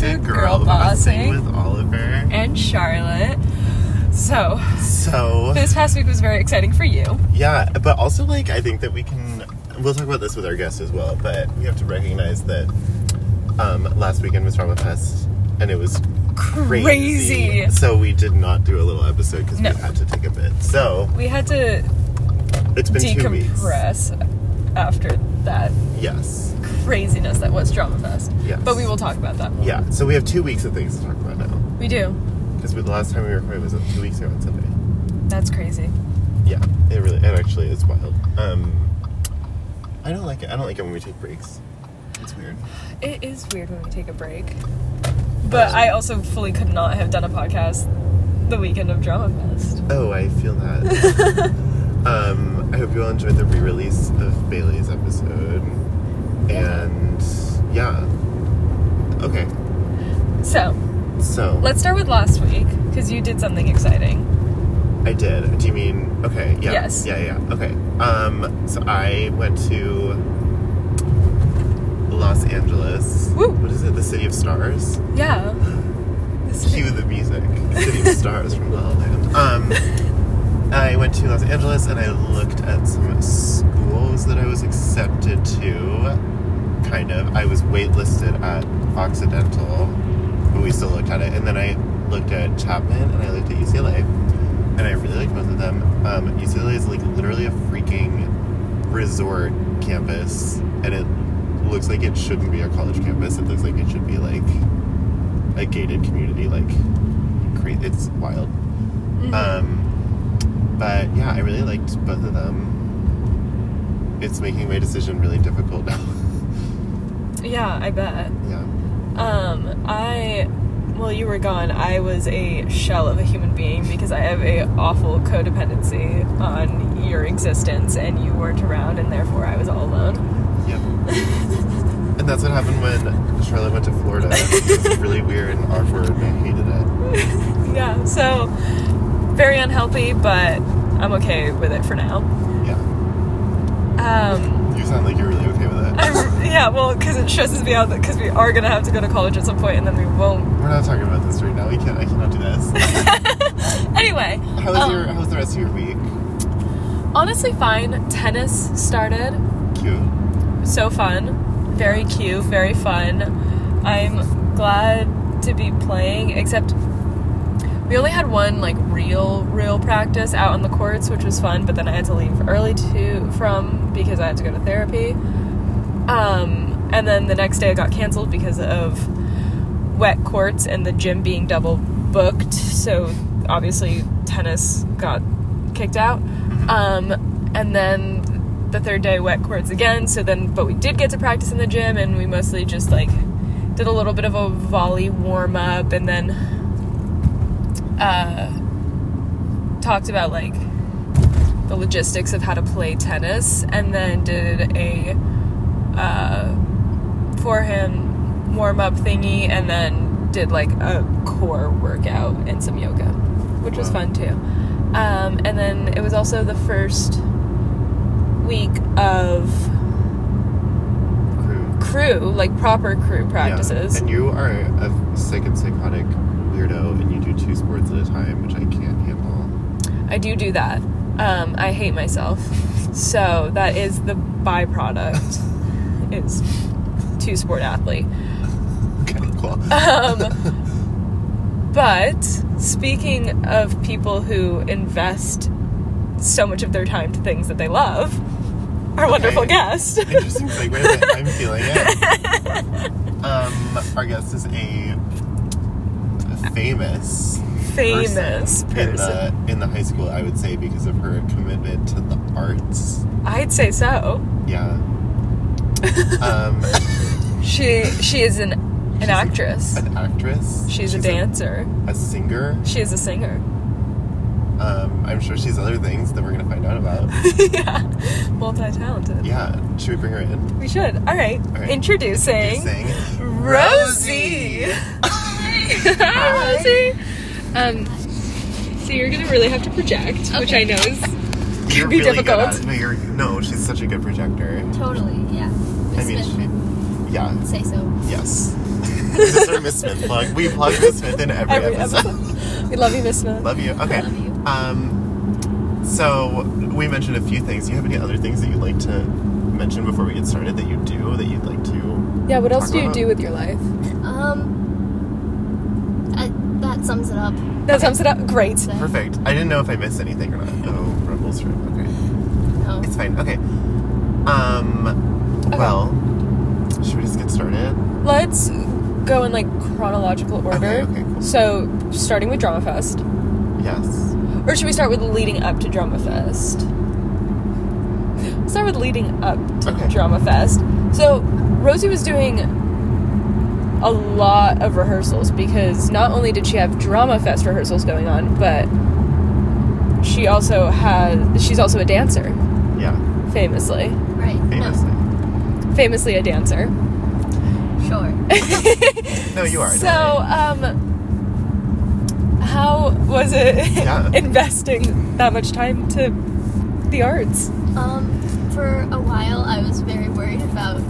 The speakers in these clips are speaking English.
Bossing. bossing with Oliver. and Charlotte. So So this past week was very exciting for you. yeah, but also like I think that we can. We'll talk about this with our guests as well, but we have to recognize that um, last weekend was Trauma Fest, and it was crazy. Crazy. So we did not do a little episode because No. we had to take a bit. So We had to it's been two weeks. decompress after that Yes. craziness that was Drama Fest. Yes. But we will talk about that more. Yeah. So we have two weeks of things to talk about now We do. because the last time we recorded was two weeks ago on Sunday. That's crazy. Yeah, it really, it actually is wild. Um, I don't like it. I don't like it when we take breaks. It's weird. It is weird when we take a break. But I also fully could not have done a podcast the weekend of Drama Fest. Oh, I feel that. um, I hope you all enjoyed the re-release of Bailey's episode, and yeah. Okay, So so let's start with last week because you did something exciting. I did. Do you mean okay? Yeah. Yes. Yeah, yeah. yeah. Okay. Um, so I went to Los Angeles. Woo. What is it? The city of stars. Yeah. This cue the music. City of Stars from La La Land. Um, I went to Los Angeles and I looked at some schools that I was accepted to. Kind of, I was waitlisted at Occidental, but we still looked at it. And then I looked at Chapman and I looked at UCLA, and I really liked both of them. Um, UCLA is like literally a freaking resort campus, and it looks like it shouldn't be a college campus. It looks like it should be like a gated community like crazy it's wild um but yeah i really liked both of them it's making my decision really difficult now yeah, I bet. yeah Um, I, well, you were gone. I was a shell of a human being because I have a awful codependency on your existence, and you weren't around, and therefore I was all alone. yep and that's what happened when charlotte went to florida it was really weird and awkward and i hated it Yeah, so very unhealthy, but I'm okay with it for now. yeah Um, you sound like you're really okay with it I'm, yeah, well, because it stresses me out that because we are gonna have to go to college at some point, and then we won't. we're not talking about this right now we can't i cannot do this Anyway, um, how was your how was the rest of your week honestly fine. Tennis started. cute so fun, very cute, very fun. I'm glad to be playing, except we only had one like real, real practice out on the courts, which was fun. But then I had to leave early to from because I had to go to therapy. Um, and then the next day I got canceled because of wet courts and the gym being double booked. So obviously tennis got kicked out. Um, and then the third day wet courts again. So then, but we did get to practice in the gym, and we mostly just like did a little bit of a volley warm up, and then uh, talked about like the logistics of how to play tennis, and then did a uh, forehand warm up thingy, and then did like a core workout and some yoga, which was Wow. fun too. Um, and then it was also the first week of crew crew, like proper crew practices. Yeah. And you are a sick and psychotic weirdo, and you do two sports at a time, which I can't handle. I do do that. Um, I hate myself. So that is the byproduct is two sport athlete. Okay, cool. Um, but speaking of people who invest so much of their time to things that they love, our wonderful Okay. guest. Interesting segue. but I'm feeling it. Um, our guest is a famous Famous in person. the in the high school, I would say, because of her commitment to the arts. I'd say so. Yeah. um, She she is an an actress. an actress. She's, a dancer. a singer. she is a singer. Um, I'm sure she's other things that we're gonna find out about. yeah. Multi-talented. Yeah. Should we bring her in? We should. All right. All right. Introducing Sing. Rosie. Hi, Rosie. Um, so you're gonna really have to project, which I know is You're be really good difficult. at it. No, you're, no, she's such a good projector. Totally, yeah. I mean, Especially- Yeah. say so. Yes. Is this our Miss Smith plug? We plug Miss Smith in every, Every episode. episode. we love you, Miss Smith. Love you. Okay. Love you. Um, so we mentioned a few things. Do you have any other things that you'd like to mention before we get started that you do that you'd like to? yeah, what else Talk do you about- do with your life? Um, I, that sums it up. That sums it up. Great. So, Perfect. I didn't know if I missed anything or not. Oh, Rebels trip. Okay, no. it's fine. Okay. Um, Okay. well, should we just get started? Let's go in like chronological order. okay, cool. So, starting with Drama Fest, Yes. or should we start with leading up to Drama Fest? Start with leading up to Okay. Drama Fest. So, Rosie was doing a lot of rehearsals because not only did she have Drama Fest rehearsals going on, but she also had she's also a dancer, Yeah. famously. Right. Famously. Famously a dancer. No. Sure. No, you are. don't So, worry. um, how was it Yeah. investing that much time to the arts? Um, for a while, I was very worried about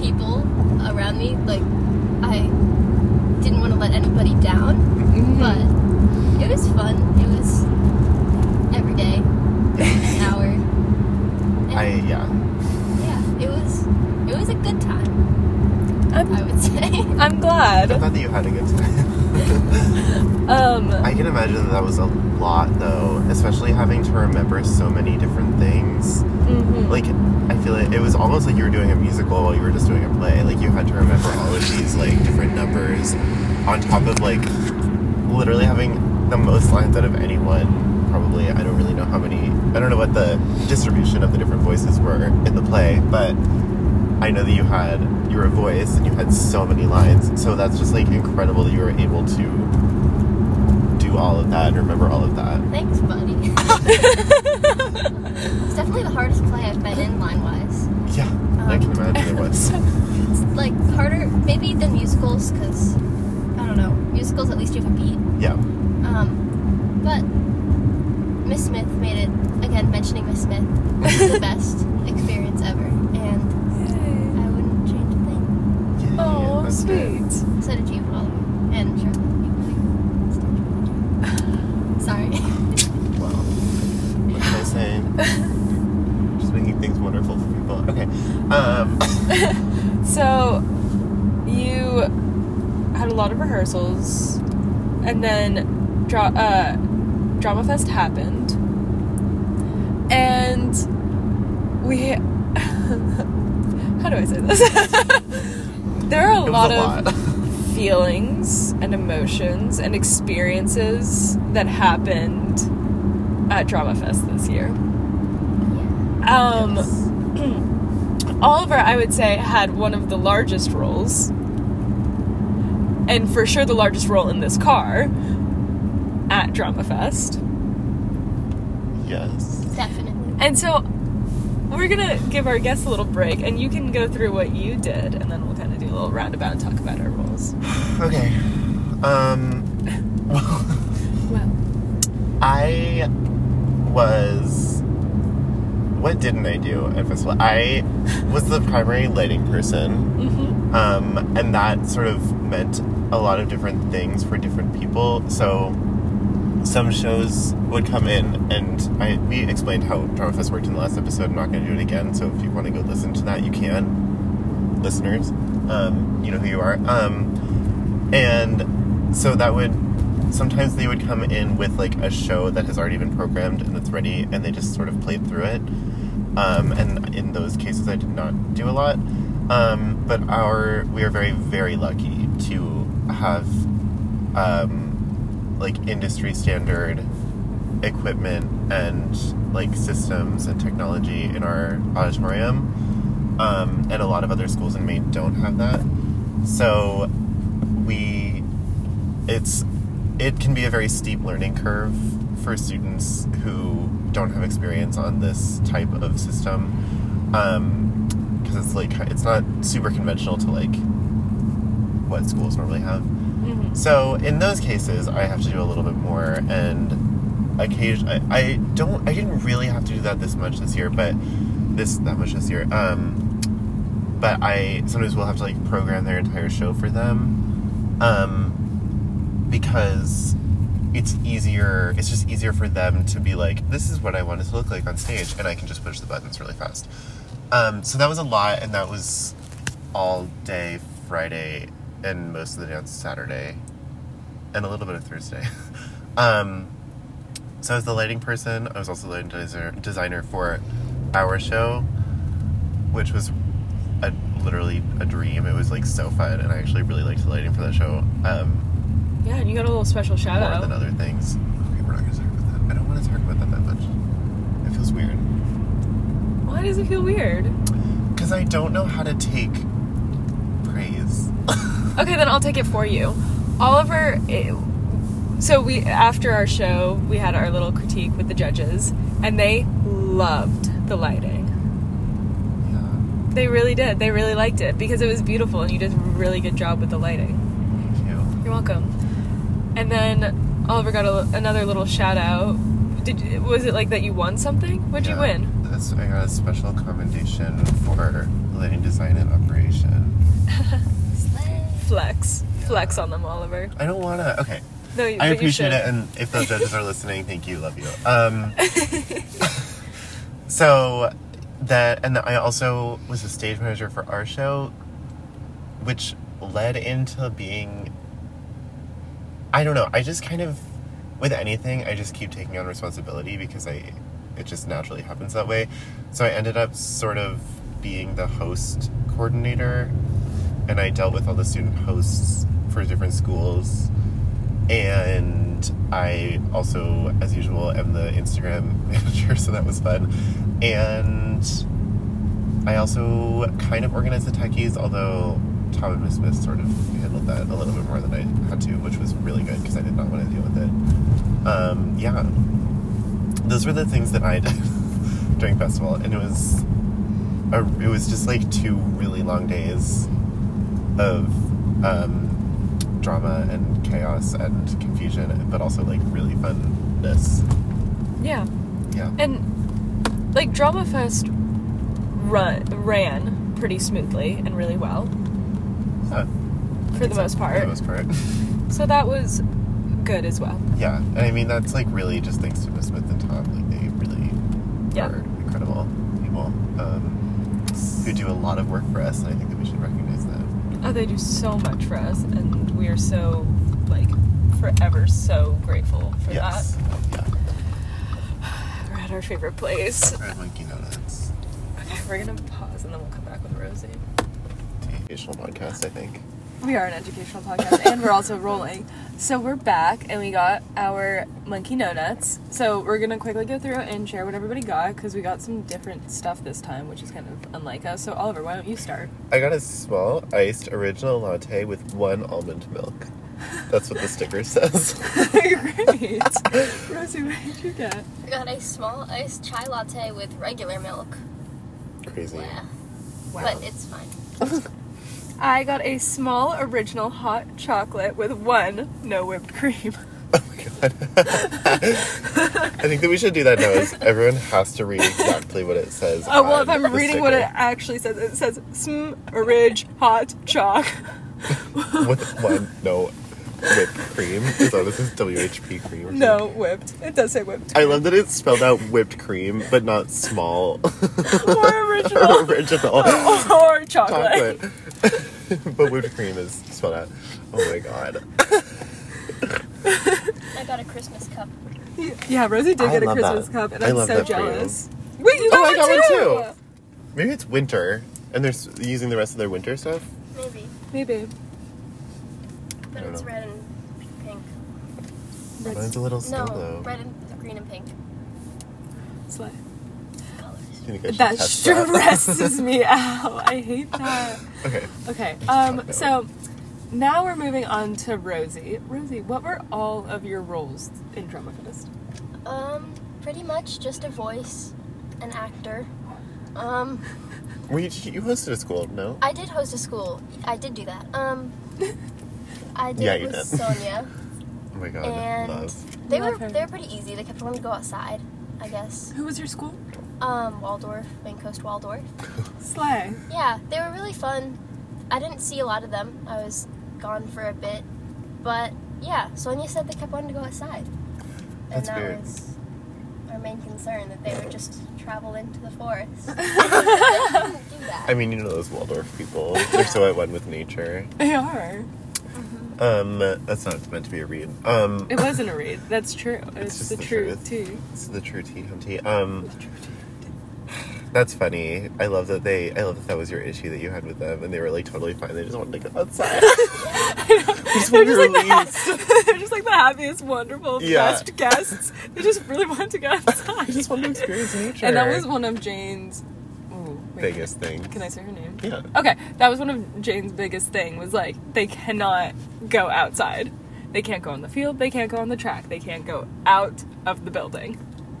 people around me. Like, I didn't want to let anybody down, Mm-hmm. but it was fun. It was every day, an hour. And I yeah. yeah, it was it was a good time. I I'm, would say. I'm I'm glad. glad that you had a good time. Um, I can imagine that that was a lot, though, especially having to remember so many different things. mhm. Like, I feel it, it was almost like you were doing a musical while you were just doing a play. Like, you had to remember all of these, like, different numbers on top of, like, literally having the most lines out of anyone. Probably, I don't really know how many, I don't know what the distribution of the different voices were in the play, but I know that you had, you were a voice and you had so many lines. So that's just, like, incredible that you were able to do all of that and remember all of that. Thanks, buddy. it's definitely the hardest play I've been in line wise. Yeah, I can imagine Uh-huh. it was. It's like harder, maybe than musicals, because I don't know. Musicals, at least you have a beat. Yeah, Um, but Miss Smith made it again. Mentioning Miss Smith, the best experience ever, and I wouldn't change a thing. yeah. Oh, that's good. sweet. So did you, Oliver, and Charlie. Sorry. Wow. What can I say? Just making things wonderful for people. Okay. Um, So, you had a lot of rehearsals, and then dra- uh, Drama Fest happened, and we. how do I say this? there are a it was lot a of lot. feelings and emotions and experiences that happened at Drama Fest this year. Yeah. Um, Yes. Oliver, I would say, had one of the largest roles, and for sure the largest role in this car at Drama Fest. yes. Definitely. And so we're gonna give our guests a little break, and you can go through what you did, and then we'll kind of do a little roundabout and talk about our roles. Okay. Um, well, Well, I was. What didn't I do at festival? I was the primary lighting person. mm-hmm. um, and that sort of meant a lot of different things for different people. So some shows would come in, and I we explained how Drama Fest worked in the last episode. I'm not going to do it again. So if you want to go listen to that, you can, listeners. Um, you know who you are. Um, and so that would sometimes they would come in with like a show that has already been programmed and it's ready, and they just sort of played through it um, and in those cases I did not do a lot. Um, but our we are very very lucky to have um, like industry standard equipment and like systems and technology in our auditorium, um, and a lot of other schools in Maine don't have that. So we it's it can be a very steep learning curve for students who don't have experience on this type of system um because it's like it's not super conventional to like what schools normally have Mm-hmm. so in those cases i have to do a little bit more and occasion I, I don't i didn't really have to do that this much this year but this that much this year um but I sometimes will have to like program their entire show for them, um, because it's easier. It's just easier for them to be like, "This is what I want it to look like on stage," and I can just push the buttons really fast. Um, so that was a lot, and that was all day Friday and most of the day on Saturday, and a little bit of Thursday. um, so I was the lighting person. I was also the lighting designer, designer for our show, which was a, literally a dream. It was like so fun, and I actually really liked the lighting for that show um, Yeah, and you got a little special shout more than out. other things. Okay, we're not gonna talk about that. I don't want to talk about that that much. It feels weird Why does it feel weird? because I don't know how to take praise. Okay, then I'll take it for you. Oliver, eh, so we after our show, we had our little critique with the judges, and they loved the lighting. yeah. They really did. They really liked it because it was beautiful, and you did a really good job with the lighting. Thank you. You're welcome. And then Oliver got a, another little shout out. Did was it like that you won something? What'd you Yeah. win? That's, I got a special commendation for lighting design and operation. Flex, Yeah. flex on them, Oliver. I don't want to. Okay. No, you- I but you appreciate should. it, and if those judges are listening, thank you, love you. Um, so that, and I also was a stage manager for our show, which led into being. I don't know. I just kind of, with anything, I just keep taking on responsibility because I, it just naturally happens that way. So I ended up sort of being the host coordinator, and I dealt with all the student hosts for different schools and I also, as usual, am the Instagram manager, so that was fun. And I also kind of organized the techies, although Tom and Miss Smith sort of handled that a little bit more than I had to, which was really good because I did not want to deal with it. Um, yeah, those were the things that I did during festival, and it was a, it was just like two really long days of um, drama and chaos and confusion, but also like really funness. Yeah. Yeah. And like Drama Fest run, ran pretty smoothly and really well Huh. for the most For the part. most part. So that was good as well. yeah. And I mean, that's like really just thanks to Miss Smith and Tom. Like, they really Yeah. are incredible people um, who do a lot of work for us, and I think that we should recognize that. Oh, they do so much for us, and we are so like forever so grateful for yes. Yeah. that. We're at our favorite place. Red Monkey Donuts. Okay, we're gonna pause and then we'll come back with Rosie. The Educational podcast, I think. We are an educational podcast, and we're also rolling. So we're back, and we got our monkey no nuts. So we're gonna quickly go through and share what everybody got because we got some different stuff this time, which is kind of unlike us. So Oliver, why don't you start? I got a small iced original latte with one almond milk. That's what the sticker says. Great, Rosie, what did you get? I got a small iced chai latte with regular milk. Crazy. Yeah. But it's fine. I got a small original hot chocolate with one no whipped cream. Oh my god. I think that we should do that now. Is everyone has to read exactly what it says. Oh well, if on I'm the reading what it sticker. actually says, it says sm ridge hot choc. with one no whipped cream. So this is WHP cream. or No something. whipped. It does say whipped. I love that it's spelled out whipped cream, but not small Or original. original or chocolate. chocolate. but whipped cream is spelled out. Oh my god. I got a Christmas cup. Yeah, Rosie did I get a love that. Christmas cup, and I I'm love so that for you. jealous. Wait, you Oh, got, I got one, one too. Maybe it's winter and they're s- using the rest of their winter stuff. Maybe. Maybe. But don't it's know. red and pink. Mine's a little No, solo. red and green and pink Slay. colors. I think I should That test stresses me out. I hate that. okay. Okay. talk Um. about So now we're moving on to Rosie. Rosie, what were all of your roles in Drama Fest? Um, pretty much just a voice, an actor. Um, Were you, you hosted a school, no? I did host a school. I did do that. Um, I did Yeah, it you with did. Sonia, Oh my god, and love. they Love were her. they were pretty easy. They kept wanting to go outside, I guess. Who was your school? um, Waldorf, Main Coast Waldorf. Slay. Yeah, they were really fun. I didn't see a lot of them. I was gone for a bit, but yeah, Sonia said they kept wanting to go outside, and That's that weird. was our main concern that they would just travel into the forest. they couldn't do that. I mean, you know those Waldorf people. They're so at one with nature. They are. Um, that's not meant to be a read. Um, It wasn't a read. That's true. It's, just the, the truth, truth. too. it's the true tea Humpty. Um, that's funny. I love that they. I love that that was your issue that you had with them, and they were like totally fine. They just wanted to go outside. just They're wanted just, like the, release. ha- they're just like the happiest, wonderful, Yeah. best guests. They just really wanted to go outside. I just wanted to experience nature. And that was one of Jane's ooh, wait, biggest thing. Can I say her name? Yeah. Okay, that was one of Jane's biggest thing was like they cannot go outside. They can't go on the field. They can't go on the track. They can't go out of the building.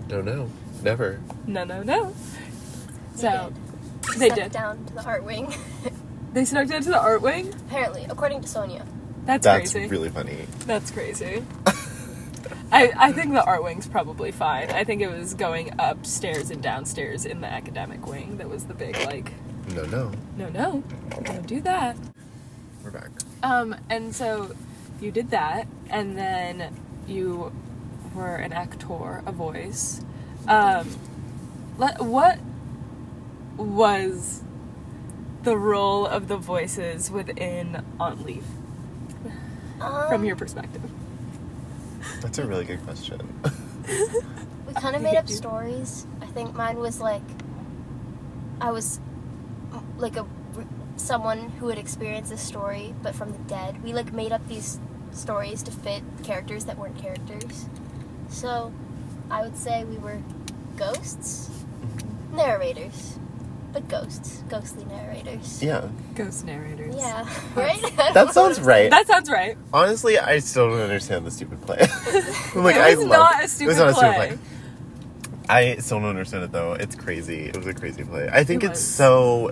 No, no, never. No, no, no. They So did. they Snuck did. down to the art wing. They snuck down to the art wing. Apparently, according to Sonia. That's, That's crazy. really funny. That's crazy. I, I think the art wing's probably fine. I think it was going upstairs and downstairs in the academic wing that was the big like No, no, no no don't do that. we're back. Um, and so you did that, and then you were an actor, a voice. Um, let, what was the role of the voices within Aunt Leaf Um, from your perspective? That's a really good question. We kind of made up stories. I think mine was like, I was mm, like a someone who had experienced this story, but from the dead. We like made up these stories to fit characters that weren't characters. So, I would say we were ghosts, Mm-hmm. narrators, but ghosts, ghostly narrators. yeah, Ghost narrators. Yeah, right. I don't know that sounds what right. That sounds right. Honestly, I still don't understand the stupid play. I'm like, It I was love not a it stupid was not a play. stupid play. I still don't understand it though. It's crazy. It was a crazy play. I think It it's was. so.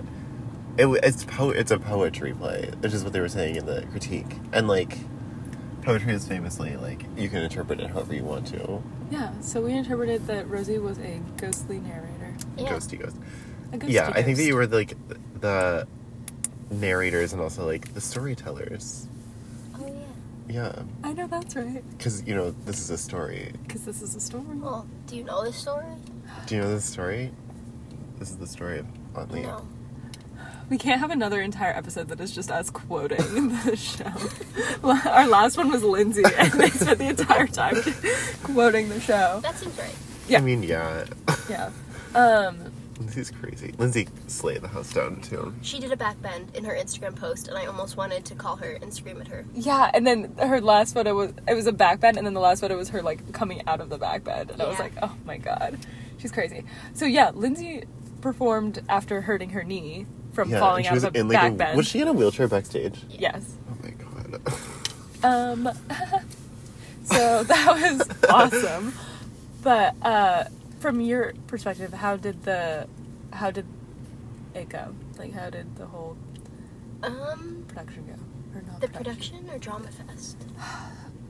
It, w- it's po- It's a poetry play, which is what they were saying in the critique. And like, poetry is famously like you can interpret it however you want to. Yeah. So we interpreted that Rosie was a ghostly narrator. it- Yeah. Ghosty ghost. A ghostly Yeah, I think that ghost. you were like the narrators and also like the storytellers. Oh yeah. Yeah, I know that's right because you know this is a story. because this is a story. Well, do you know this story? Do you know this story? This is the story of Aunt Leah. No. We can't have another entire episode that is just us quoting the show. Our last one was Lindsay, and they spent the entire time quoting the show. That seems right. Yeah. I mean, yeah. Yeah. Um, Lindsay's crazy. Lindsay slayed the house down too. She did a backbend in her Instagram post, and I almost wanted to call her and scream at her. yeah, and then her last photo was it was a backbed, and then the last photo was her like coming out of the backbed, and I was Yeah. like, oh my god, she's crazy. So yeah, Lindsay performed after hurting her knee from Yeah, falling and she out was of a in like backbed. a, was she in a wheelchair backstage? Yes. Oh my god. Um, so that was awesome. But uh, from your perspective, how did the how did it go? Like, how did the whole Um, production go? Or not the production or drama fest?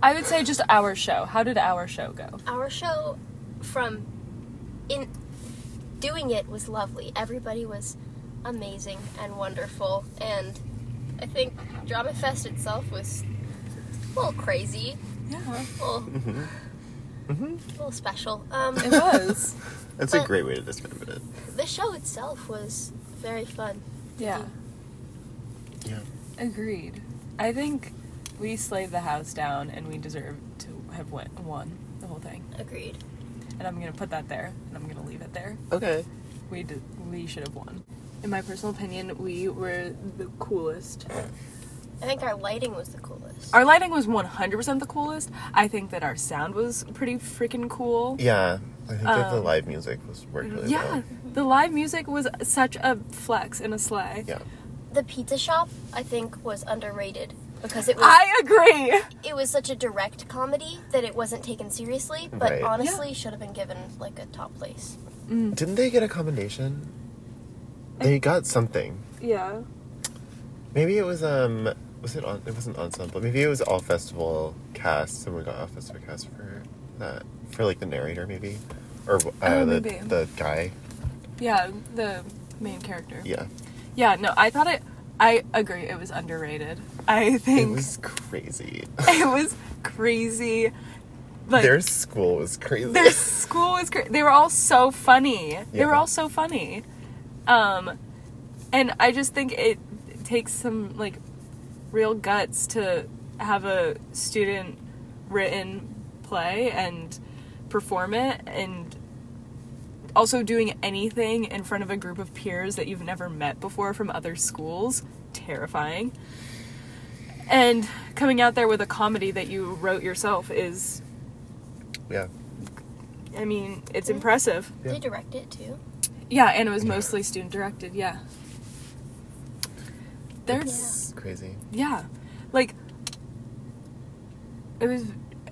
I would say just our show. How did our show go? Our show, from in doing it was lovely. Everybody was amazing and wonderful, and I think drama fest itself was a little crazy, Yeah, a little, Mm-hmm. hmm a little special. Um, it was. That's a But- great way to describe it. the show itself was very fun. yeah, Yeah. agreed. I think we slayed the house down, and we deserve to have went, won the whole thing. Agreed. And I'm gonna put that there, and I'm gonna leave it there. Okay. we did, we should have won. In my personal opinion, we were the coolest. I think our lighting was the coolest. Our lighting was 100% the coolest. I think that our sound was pretty freaking cool. Yeah. I think that the Um, live music was worked really Yeah, well. the live music was such a flex and a sleigh. Yeah. the pizza shop, I think, was underrated because it was I agree. it was such a direct comedy that it wasn't taken seriously, but Right. honestly should have been given like a top place. Mm. Didn't they get a commendation? They got something. Yeah. Maybe it was um was it on it wasn't ensemble. Maybe it was all festival cast. Someone got all festival cast for that for like the narrator maybe, or uh, Oh, the maybe. the guy. Yeah, the main character. Yeah. Yeah, no, I thought it. I agree. It was underrated. I It think was crazy. it was crazy. Like Their school was crazy. their school was crazy. They were all so funny. They were Yeah. all so funny. Um, and I just think it takes some like real guts to have a student written play and perform it and also doing anything in front of a group of peers that you've never met before from other schools terrifying and coming out there with a comedy that you wrote yourself is yeah. I mean, it's impressive. Yeah. They direct it too. Yeah, and it was mostly student directed, yeah. There's It's crazy. yeah. Like it was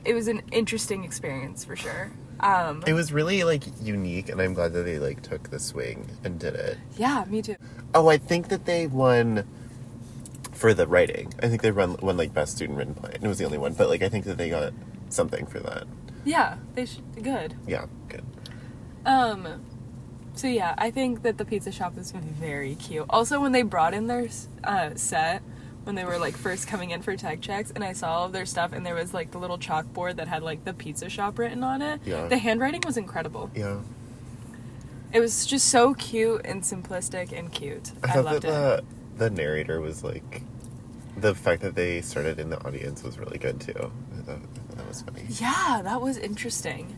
it was an interesting experience for sure. Um It was really like unique, and I'm glad that they like took the swing and did it. yeah, me too. Oh, I think that they won for the writing. I think they won won like best student written play, and it was the only one. But like, I think that they got something for that. Yeah, they should good. Yeah, good. Um so yeah, I think that the pizza shop was very cute. Also when they brought in their uh, set when they were like first coming in for tech checks and I saw all of their stuff and there was like the little chalkboard that had like the pizza shop written on it. Yeah. The handwriting was incredible. Yeah, It was just so cute and simplistic and cute. I I, thought loved that it. the the narrator was like the fact that they started in the audience was really good too. I thought that was funny. Yeah, that was interesting.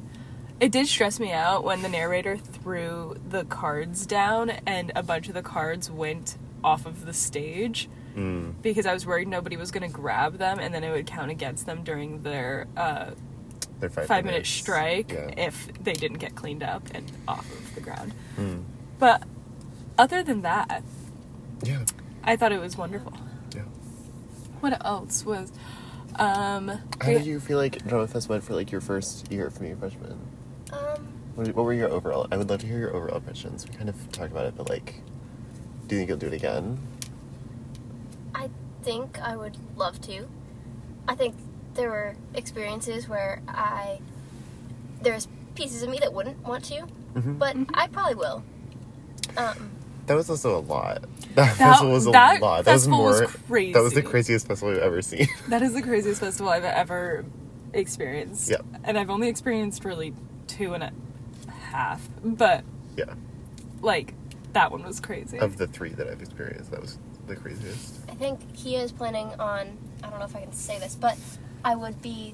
It did stress me out when the narrator threw the cards down and a bunch of the cards went off of the stage Mm. because I was worried nobody was going to grab them and then it would count against them during their uh, Their five, five, minute minutes. strike Yeah. if they didn't get cleaned up and off of the ground. Mm. But other than that, Yeah. I thought it was wonderful. Yeah. What else was. Um, How we- did you feel like Drama Fest went for like your first year from your freshman? Um, What, what were your overall? I would love to hear your overall impressions. We kind of talked about it, but like, do you think you'll do it again? I think I would love to. I think there were experiences where I there's pieces of me that wouldn't want to, Mhm. but I probably will. Um, That was also a lot. That, That- festival was a that lot. That was festival was more. That was the crazy. craziest festival I've ever seen. That is the craziest festival I've ever experienced. Yep. And I've only experienced really two and a half, but yeah, like that one was crazy. of the three that I've experienced, that was the craziest. I think he is planning on. I don't know if I can say this, but I would be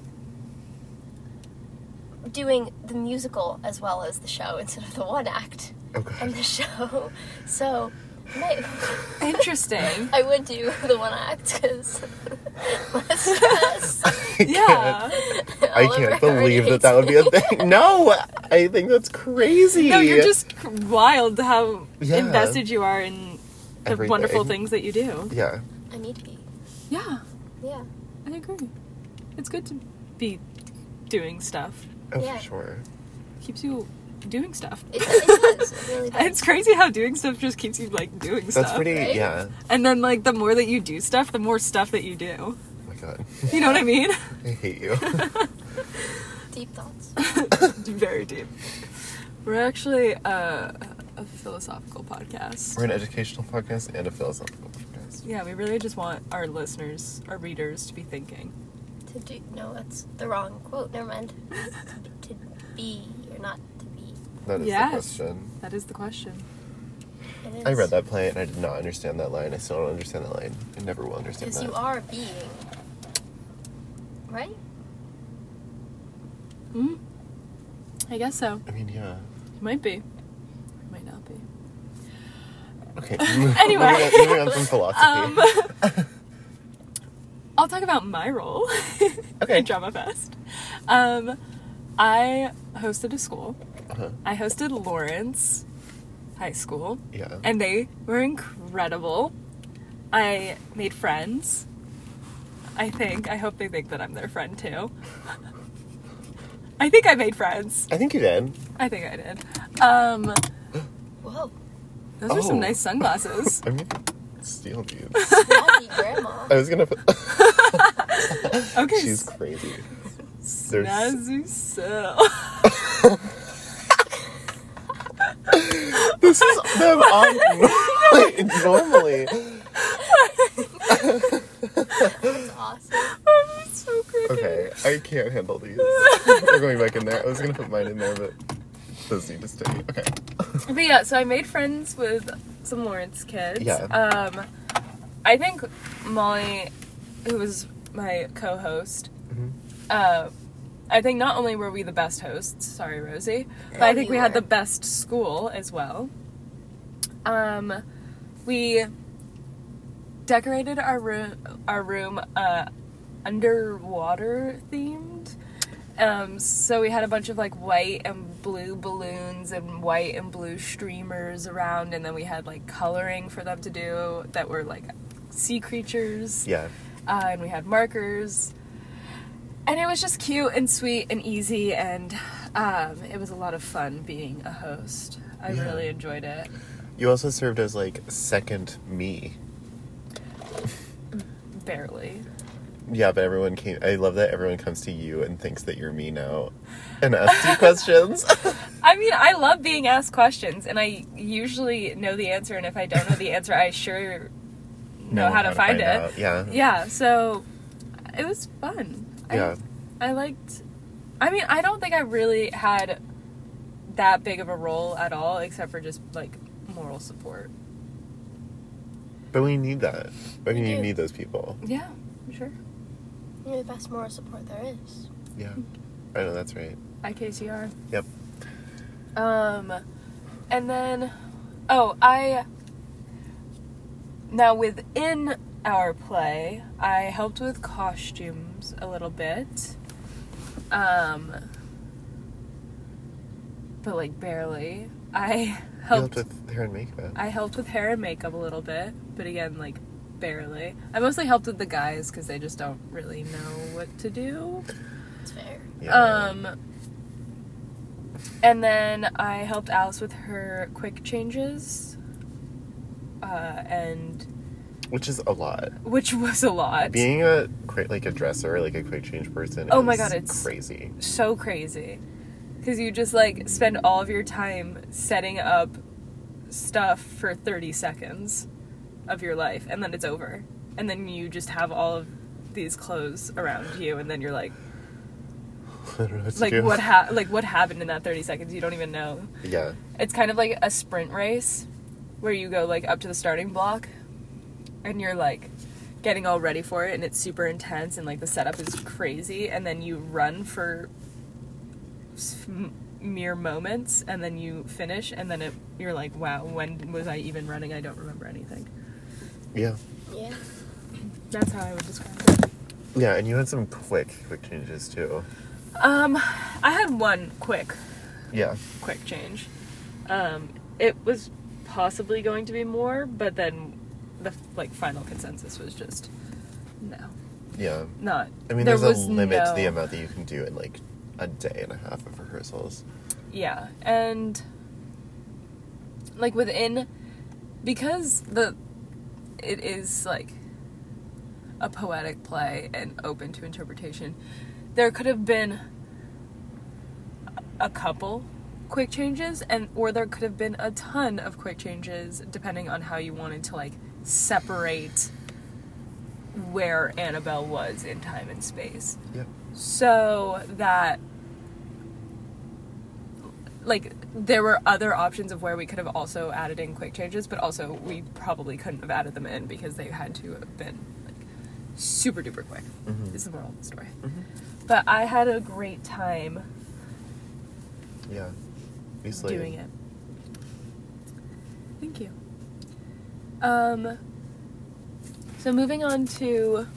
doing the musical as well as the show instead of the one act Oh and god. the show. So, might, Interesting. I would do the one act because less stress. yeah. I can't believe that that would be a thing. No, I think that's crazy. No, you're just c- wild how Yeah. invested you are in the Everything. wonderful things that you do. Yeah, I need to be. Yeah, Yeah. I agree. It's good to be doing stuff. oh Yeah. for sure. Keeps you doing stuff. It, it does. It really does. It's crazy how doing stuff just keeps you like doing That's stuff. pretty. right? Yeah. And then like the more that you do stuff, the more stuff that you do. Oh my god, You know what I mean? I hate you. Deep thoughts. Very deep. We're actually uh, a philosophical podcast. We're an educational podcast and a philosophical podcast. Yeah, we really just want our listeners, our readers, to be thinking. To do. No, that's the wrong quote. Never mind. to be or not to be. That is Yes. the question. That is the question. It is. I read that play and I did not understand that line. I still don't understand that line. I never will understand Because that. you are being. Right? Hmm. I guess so. I mean, yeah. It might be. It might not be. Okay. Anyway. Um. moving, on, moving on from philosophy. I'll talk about my role Okay. in Drama Fest. Um, I hosted a school. Uh-huh. I hosted Lawrence High School. Yeah. and they were incredible. I made friends. I think. I hope they think that I'm their friend too. I think I made friends. I think you did. I think I did. Um, Whoa. those are some Oh. nice sunglasses. I'm gonna steal these. Snazzy grandma. I was gonna. Put, Okay. she's s- crazy. There's- snazzy so. This is them on like, normally. awesome. I'm so crooked. Okay, I can't handle these. We're going back in there. I was gonna put mine in there, but those need to stay. Okay. But yeah, so I made friends with some Lawrence kids. Yeah. Um, I think Molly, who was my co-host, Mhm. uh, I think not only were we the best hosts, sorry Rosie, but I Yeah, think we we had were. the best school as well. Um, we decorated our room our room uh, underwater themed. Um, so we had a bunch of like white and blue balloons and white and blue streamers around, and then we had like coloring for them to do that were like sea creatures, Yeah. uh, and we had markers. And it was just cute and sweet and easy, and um, it was a lot of fun being a host. I Yeah. really enjoyed it. You also served as like second me. Barely. Yeah, but everyone came. I love that everyone comes to you and thinks that you're me now, and asks you questions. I mean, I love being asked questions, and I usually know the answer. And if I don't know the answer, I sure know how to find, it. out. Yeah. Yeah, so it was fun. Yeah. I, I liked. I mean, I don't think I really had that big of a role at all, except for just like moral support. But we need that. I mean, We you do. need those people. Yeah, sure. You're the best moral support there is. Yeah. I know that's right. IKCR. Yep. Um, and then, oh, I. Now within our play, I helped with costumes a little bit. Um, but like barely. I You helped. helped with hair and makeup. I helped with hair and makeup a little bit, but again, like barely. I mostly helped with the guys because they just don't really know what to do. It's fair. Yeah. Um, and then I helped Alice with her quick changes, uh, and Which is a lot. which was a lot. Being a quick, like a dresser, like a quick change person. Oh my is God, it's- crazy. so crazy, because you just like spend all of your time setting up stuff for thirty seconds of your life, and then it's over, and then you just have all of these clothes around you, and then you're like, I don't know what to like do. what ha- like what happened in that thirty seconds? You don't even know. Yeah. it's kind of like a sprint race where you go like up to the starting block and you're like getting all ready for it and it's super intense and like the setup is crazy and then you run for s- m- mere moments and then you finish and then it you're like wow when was i even running i don't remember anything Yeah. Yeah. that's how i would describe it Yeah, and you had some quick, quick changes too. um i had one quick Yeah. quick change. Um, it was possibly going to be more, but then the like final consensus was just no, Yeah. not. I mean, there there's was a limit to no- the amount that you can do in like a day and a half of rehearsals. Yeah, and like within because the it is like a poetic play and open to interpretation. There could have been a couple quick changes and or there could have been a ton of quick changes depending on how you wanted to like separate where Annabelle was in time and space Yeah. so that like there were other options of where we could have also added in quick changes but also we probably couldn't have added them in because they had to have been like super duper quick is the moral of the story but i had a great time Yeah. We slayed. doing it thank you um so moving on to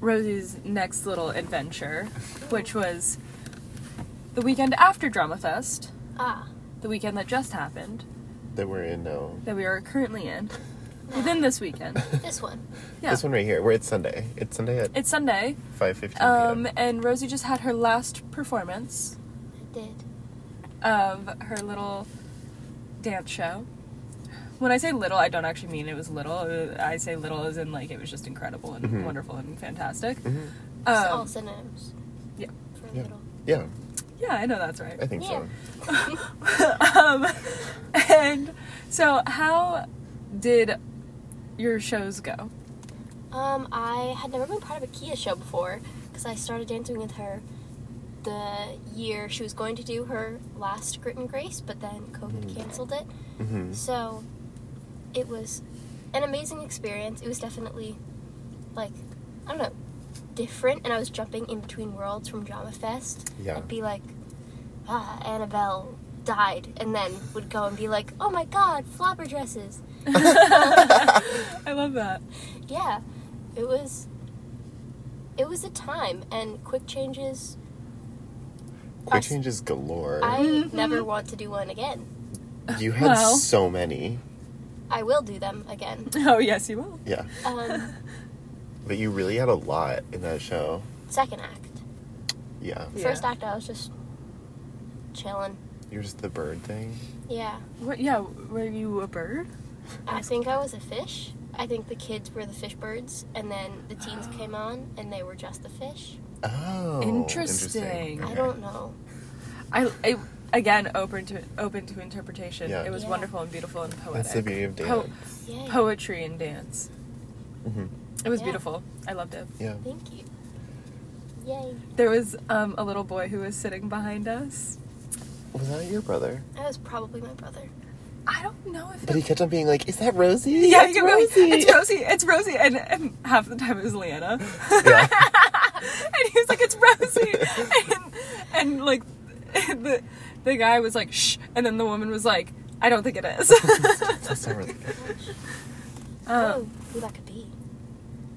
Rosie's next little adventure, which was the weekend after Drama Fest, Ah. the weekend that just happened, That we're in now. that we are currently in, within this weekend. This one. Yeah. This one right here, where it's Sunday. It's Sunday at It's Sunday, five fifteen um, p.m. and Rosie just had her last performance I did. of her little dance show. When I say little, I don't actually mean it was little. Uh, I say little as in like it was just incredible and Mhm. wonderful and fantastic. Mhm. It's all Um, synonyms. yeah. For Yeah. little. Yeah. Yeah, I know that's right. I think so. um, and so, how did your shows go? Um, I had never been part of a Kia show before because I started dancing with her the year she was going to do her last Grit and Grace, but then COVID canceled it. hmm So it was an amazing experience. It was definitely like I don't know, different and I was jumping in between worlds from Drama Fest. Yeah. Uh, I'd be like, ah, Annabelle died and then would go and be like, Oh my god, flopper dresses. I love that. Yeah. It was it was a time and quick changes Quick Us- changes galore. I Mhm. never want to do one again. you had Well. so many. I will do them again. Oh yes, you will. Yeah. Um, But you really had a lot in that show. second act. Yeah. Yeah. First act I was just chilling. You're just the bird thing. Yeah. What, yeah, were you a bird? Ah, I think I was a fish. I think the kids were the fish birds, and then the teens came on, and they were just the fish. Oh. Interesting. I Okay. don't know. I, I again open to open to interpretation. Yeah. It was Yeah. wonderful and beautiful and poetic. That's the beauty of Po- dance. Yay. poetry and dance. hmm It was Yeah. beautiful. I loved it. Yeah. Thank you. Yay. There was um, a little boy who was sitting behind us. Was that your brother? That was probably my brother. I don't know if But he it, kept on being like, "Is that Rosie? yeah, it's you go, Rosie. it's Rosie, it's Rosie, and, and half the time it was Leanna, Yeah. and he was like, it's Rosie, and, and like the the guy was like, shh, and then the woman was like, I don't think it is. That's not really good. um, oh, who that could be?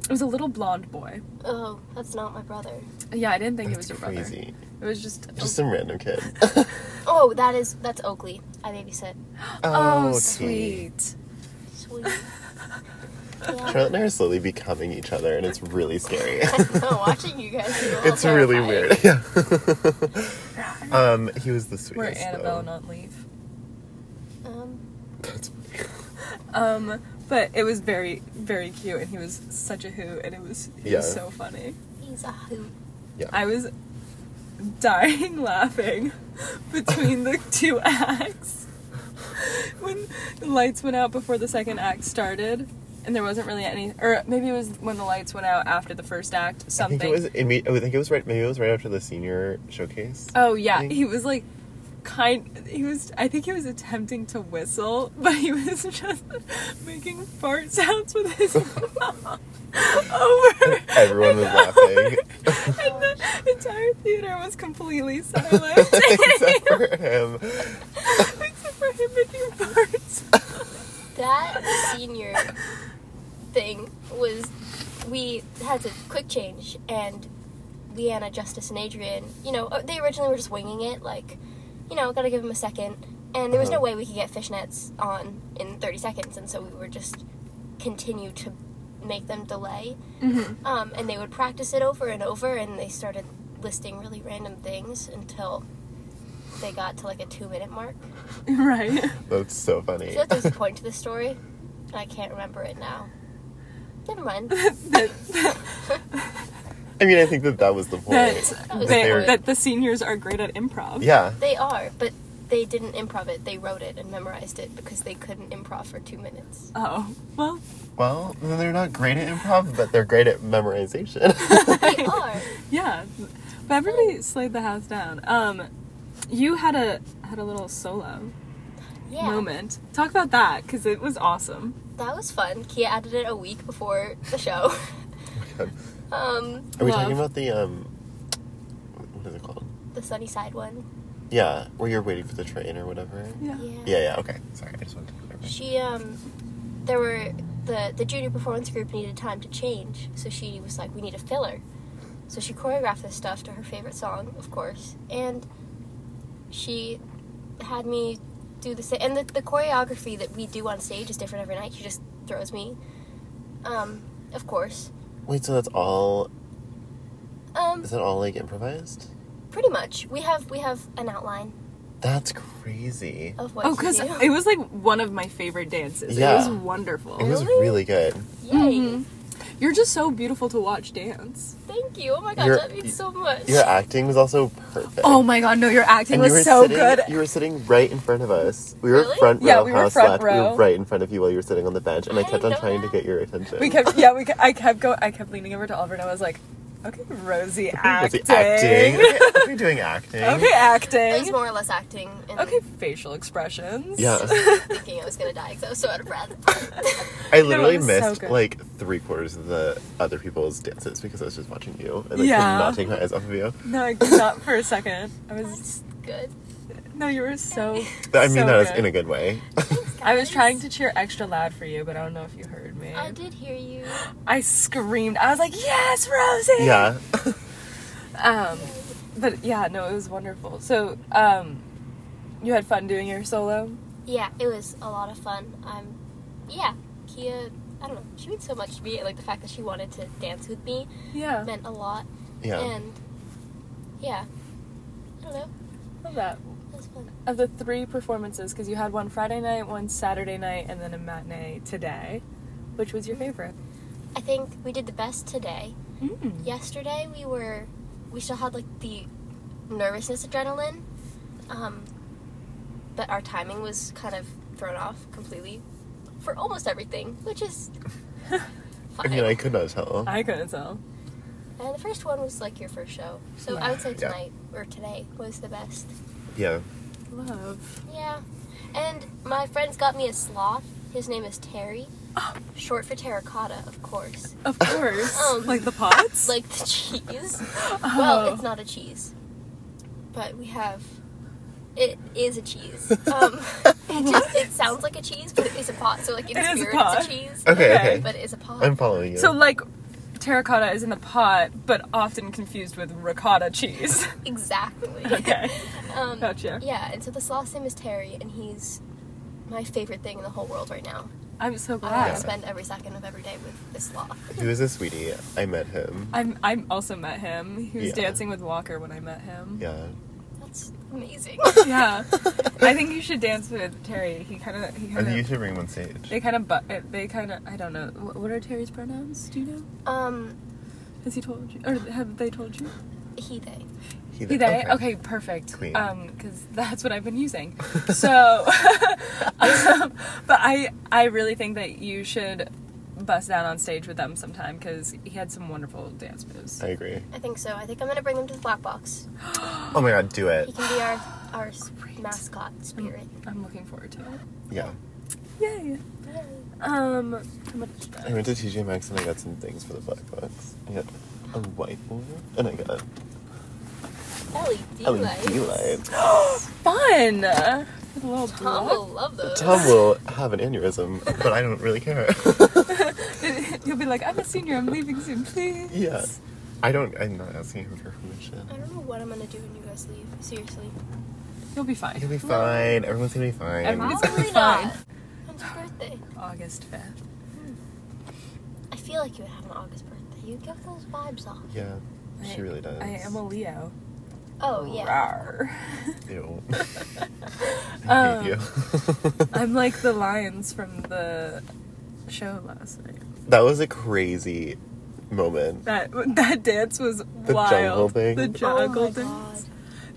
it was a little blonde boy. Oh, that's not my brother. Yeah, I didn't think That's it was your brother. Oh. crazy. It was just Just some random kid. Oh, that is that's Oakley. I babysit. oh, T. sweet. Sweet. Charlotte Yeah. and I are slowly becoming each other, and it's really scary. Watching you guys. is a little it's really terrifying. weird. Yeah. um, he was the sweetest. Where Annabelle though. and Aunt Leaf. Um, That's Um, but it was very very cute, and he was such a hoot, and it was he was Yeah. so funny. he's a hoot. I was dying laughing between the two acts. When the lights went out before the second act started, and there wasn't really any, or maybe it was when the lights went out after the first act, something. I think it was. imme- I think it was right. Maybe it was right after the senior showcase. oh, yeah. think- He was like, kind, he was, I think he was attempting to whistle, but he was just making fart sounds with his mouth. Over Everyone was and laughing. over. and the entire theater was completely silent. Except for him. Except for him and your parts. That senior thing was we had to quick change and Leanna, Justice, and Adrian, you know, uh, they originally were just winging it, like, you know, gotta give them a second. And there was no Uh-huh. way we could get fishnets on in 30 seconds, and so we were just continue to make them delay. Um, and they would practice it over and over, and they started listing really random things until they got to like a two minute mark. Right. That's so I funny. feel like there's a point to this story. and I can't remember it now. Never mind. That, that, I mean, I think that that was the point. that, they, They're- that the seniors are great at improv. yeah. They are, but they didn't improv it. They wrote it and memorized it because they couldn't improv for two minutes. Oh, well, Well, they're not great at improv, but they're great at memorization. Oh They are. yeah. But everybody slayed the house down. Um, you had a had a little solo Yeah. moment. Talk about that because it was awesome. That was fun. Kia added it a week before the show. God. um, Are we Love. talking about the um? What is it called? the sunny side one. Yeah, where you're waiting for the train or whatever. Yeah. Yeah, yeah. Okay. Sorry, I just wanted to clarify. She um there were the the junior performance group needed time to change, so she was like, We need a filler. So she choreographed this stuff to her favorite song, of course, and she had me do the same and the, the choreography that we do on stage is different every night. She just throws me. Um, of course. Wait, so that's all? Um, Is that all like improvised? pretty much. We have we have an outline That's crazy. of what Oh, to because do. it was like one of my favorite dances. It Yeah. was wonderful. It was Really? really good. Yay. Mhm. You're just so beautiful to watch dance. Thank you. Oh my god, You're- that means so much. Your acting was also perfect. Oh my god, no, your acting And you were was so sitting, good. You were sitting right in front of us. We were Really? front row, Yeah, we were house front left. We row. were right in front of you while you were sitting on the bench, and I I kept on know trying to that. get your attention. We kept, yeah, we. Kept, I kept go. I kept leaning over to Albert. I was like, okay, Rosie Was acting. it acting. Okay, We're doing acting. okay, It was acting. more or less acting. And Okay, facial expressions. Yeah. Thinking I was gonna die because I was so out of breath. I literally was so missed good. like three quarters of the other people's dances because I was just watching you and I Yeah. could not take my eyes off of you. No, I could not for a second. I was. It's good. No, you were so. I mean so that was good. in a good way. I was Guys, trying to cheer extra loud for you, but I don't know if you heard me. I did hear you. I screamed. I was like, "Yes, Rosie!" yeah. Um, but yeah, no, it was wonderful. So, um, you had fun doing your solo. Yeah, it was a lot of fun. Um, yeah, Kia. I don't know. She means so much to me. and, Like the fact that she wanted to dance with me Yeah, meant a lot. Yeah. And yeah, I don't know. love that. It was fun. Of the three performances, because you had one Friday night, one Saturday night, and then a matinee today. Which was your favorite? I think we did the best today. Mm. Yesterday we were, we still had like the nervousness adrenaline, um, but our timing was kind of thrown off completely for almost everything, which is I fine. mean I could not tell. I couldn't tell. and the first one was like your first show, so I would say Yeah. tonight or today was the best. Yeah. Love. Yeah, and my friends got me a sloth. His name is Terry, Oh. short for terracotta, of course. Of course. Um, like the pots? Like the cheese. oh. Well, it's not a cheese, but we have. It is a cheese. Um, it, just, it sounds like a cheese, but it is a pot. So like in It is a spirit, pot. it's a cheese, Okay, okay. Okay. but it is a pot. I'm following you. So, like, terracotta is in the pot, but often confused with ricotta cheese. exactly. okay. Um, Gotcha. Yeah, and so this last name is Terry, and he's my favorite thing in the whole world right now. I'm so I want glad. to spend every second of every day with this sloth. he was a sweetie. I met him. I'm. I'm also met him. He was Yeah. dancing with Walker when I met him. Yeah. That's amazing. yeah. I think you should dance with Terry. He kind of. He I kind think you of. should bring him on stage. They kind of. But they kind of. I don't know. Wh- What are Terry's pronouns? Do you know? Um, Has he told you? Or have they told you? he they. He He, they. Okay. perfect. Queen. Um, because that's what I've been using. So, um, but I I really think that you should bust down on stage with them sometime because he had some wonderful dance moves. I agree. I think so. I think I'm gonna bring him to the black box. Oh my god, do He it. can be our our s- mascot spirit. I'm looking forward to it. Yeah. Yay. Yay. Um. How much? did I- I went to TJ Maxx and I got some things for the black box. I got a whiteboard and I got LED, LED lights. lights. Fun. With a little Tom block. will love those. Tom will have an aneurysm, but I don't really care. You'll be like, I'm a senior. I'm leaving soon, please. yeah. I don't, I'm not asking him for permission. I don't know what I'm gonna do when you guys leave. Seriously. You'll be fine. He'll be fine. Everyone's gonna be fine. Everyone's- It's gonna be Probably not. When's your birthday? August fifth. I feel like you would have an August birthday. You get those vibes off. yeah, she really does. I am a Leo. Oh yeah. Rawr. Ew. I Um, hate you. I'm like the lions from the show last night. that was a crazy moment. That that dance was The wild. jungle thing? The Oh jungle my thing. god.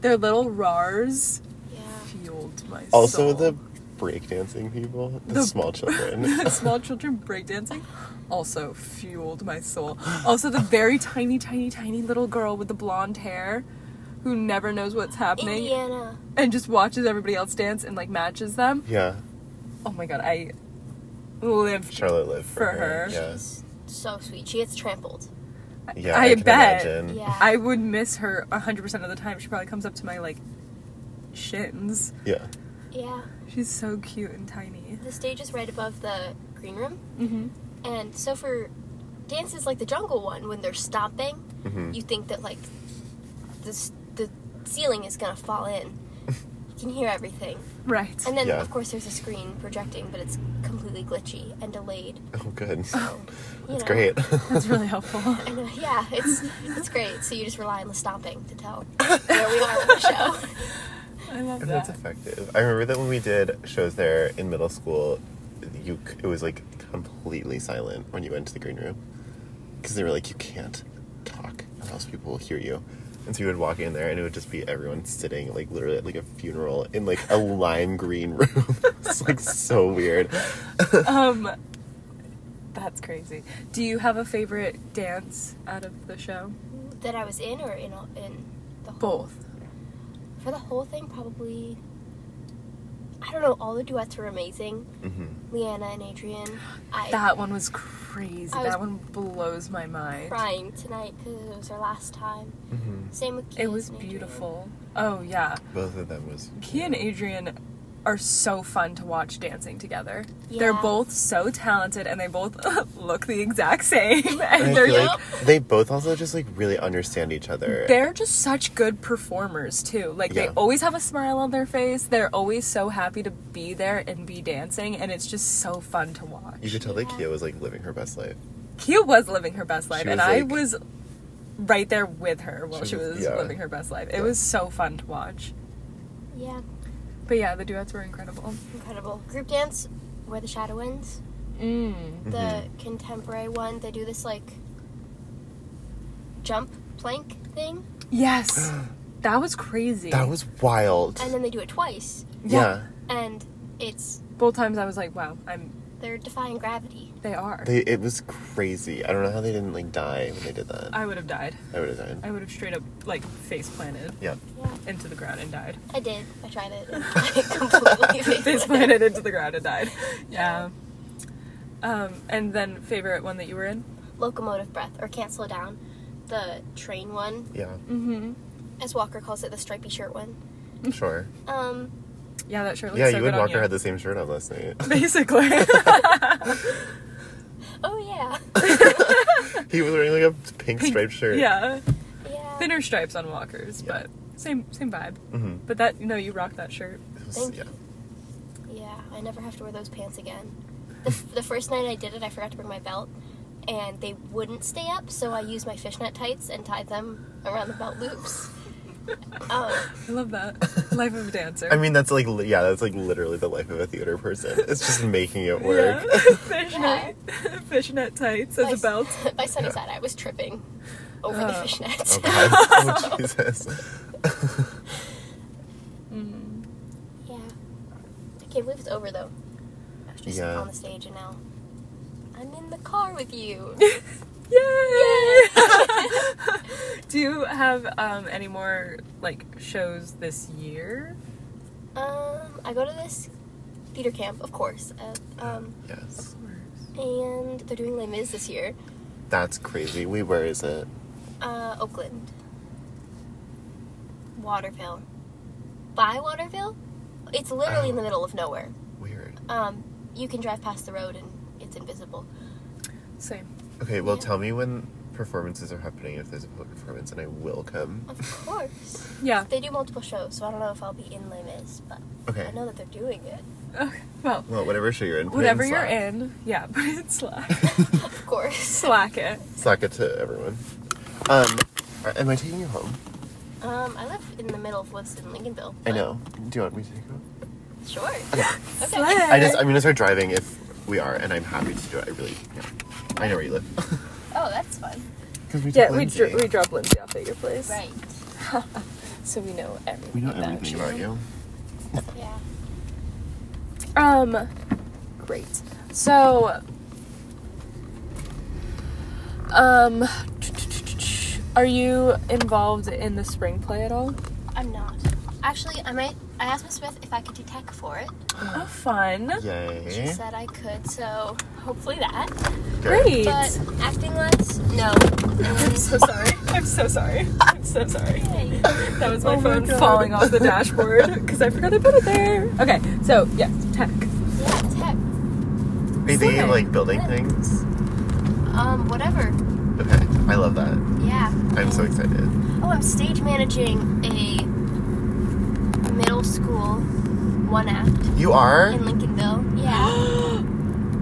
Their little rars Yeah. fueled my Also, soul. the breakdancing people, the, The- small children. The small children breakdancing also fueled my soul. Also, the very tiny, tiny, tiny little girl with the blonde hair who never knows what's happening Indiana. and just watches everybody else dance and like matches them. yeah, Oh my god, I lived. Charlotte lived for, For her. Yeah, She's so sweet. She gets trampled. yeah I can bet. imagine. Yeah. I would miss her 100% of the time. She probably comes up to my like shins. Yeah. Yeah. She's so cute and tiny. The stage is right above the green room. Mm-hmm. And so for dances like the jungle one, when they're stomping, Mhm. you think that like the s- the ceiling is gonna fall in. you can hear everything, Right. and then Yeah. of course there's a screen projecting, but it's completely glitchy and delayed. Oh, good. So you That's know. great. That's really helpful. I know, yeah, it's it's great. So you just rely on the stomping to tell where we are in the show. I love And that's that. effective. I remember that when we did shows there in middle school, you c- it was like completely silent when you went to the green room. because they were like, you can't talk or else people will hear you. And so you would walk in there and it would just be everyone sitting like literally at like a funeral in like a lime green room. it's like so weird. Mm-hmm. Um, that's crazy. Do you have a favorite dance out of the show? That I was in or in, all- in the whole Both. For the whole thing, probably. I don't know. All the duets were amazing. hmm Leanna and Adrian. I That one was crazy. I was that one blows my mind. crying tonight because it was our last time. hmm Same with. Keith It was and Adrian. beautiful. Oh yeah, Both of them was. Key and Adrian are so fun to watch dancing together. They're Yeah. both so talented and they both look the exact same. And And I they're feel like they both also just like really understand each other. they're just such good performers too. Like they Yeah. always have a smile on their face. They're always so happy to be there and be dancing and it's just so fun to watch. you could tell that Yeah. Kia was like living her best life. Kia was living her best life, She and was, I like- was right there with her while She she was was- yeah. living her best life. It Yeah. was so fun to watch. Yeah, But yeah, the duets were incredible. incredible. Group dance, where the shadow ends. Mm. The contemporary one, they do this like jump plank thing, Yes, that was crazy. That was wild. and then they do it twice, yeah. and it's both times I was like, wow, I'm. they're defying gravity. They are. They, it was crazy. I don't know how they didn't like die when they did that. I, I would have died. would have died. I would have straight up like face planted yeah. Yeah, into the ground and died. I did. I tried it. And I face completely failed. planted into the ground and died. Yeah. Um, and then favorite one that you were in? locomotive breath or can't slow down. The train one, Yeah. Mm-hmm. as Walker calls it, the stripy shirt one. Sure. Um, Yeah, that sure looks Yeah, so you good and on Walker you. had the same shirt on last night. Basically. oh yeah, he was wearing like a pink striped shirt. yeah. yeah. Thinner stripes on walkers, Yeah. but same same vibe. Mm-hmm. But that no, you rock that shirt. It was, Thank yeah. you. Yeah, I never have to wear those pants again. The, f- the first night I did it, I forgot to bring my belt, and they wouldn't stay up, so I used my fishnet tights and tied them around the belt loops. Um, I love that. Life of a dancer. I mean, that's like, li- yeah, that's like literally the life of a theater person. It's just making it work. Yeah. fishnet, fishnet tights as by a s- belt. By sunny side, I was tripping over the Oh. Oh fishnets. god. oh Jesus. Mm. Yeah. I can't believe it's over though. I was just Yeah. on the stage and now I'm in the car with you. Yay! Do you have um, any more like shows this year? um, I go to this theater camp, of course. Uh, um, Yes. and they're doing Les Mis this year. That's crazy. We where is it? Uh, Oakland. Waterville. By Waterville? It's literally in the middle of nowhere. Weird. Um, you can drive past the road and it's invisible. Same. Okay, well Yeah. tell me when performances are happening if there's a public performance and I will come. Of course. Yeah. they do multiple shows, so I don't know if I'll be in Les Mis, but I Okay. know that they're doing it. Okay. Well, Well, whatever show you're in. put it whatever in you're Slack. in, yeah, put it in slack. Of course. slack it. Slack it to everyone. Um are- am I taking you home? Um, I live in the middle of Woodston, Lincolnville. I but know. Do you want me to take you home? Sure. Okay. Slay. I just I'm gonna start driving if we are and I'm happy to do it. I really yeah. I know where you live. Oh, that's fun. 'Cause we yeah, took we Lindsay. dr- we drop Lindsay off at your place, Right. So we know everything. We know about everything you. about you. Yeah. Um, great. So, um, are you involved in the spring play at all? I'm not. Actually, I might. I asked Miss Smith if I could do tech for it. Oh, fun. She Yay. said I could, so hopefully that. Great. But acting less, no. I'm so sorry. I'm so sorry. I'm so sorry. Yay. That was my Oh my phone God. falling off the dashboard because I forgot I put it there. Okay, so yes, tech. Yeah, tech. Are they Slay. like building things? Um, whatever. Okay. I love that. Yeah. I'm so excited. Oh, I'm stage managing a middle school one act You are? in Lincolnville. Yeah.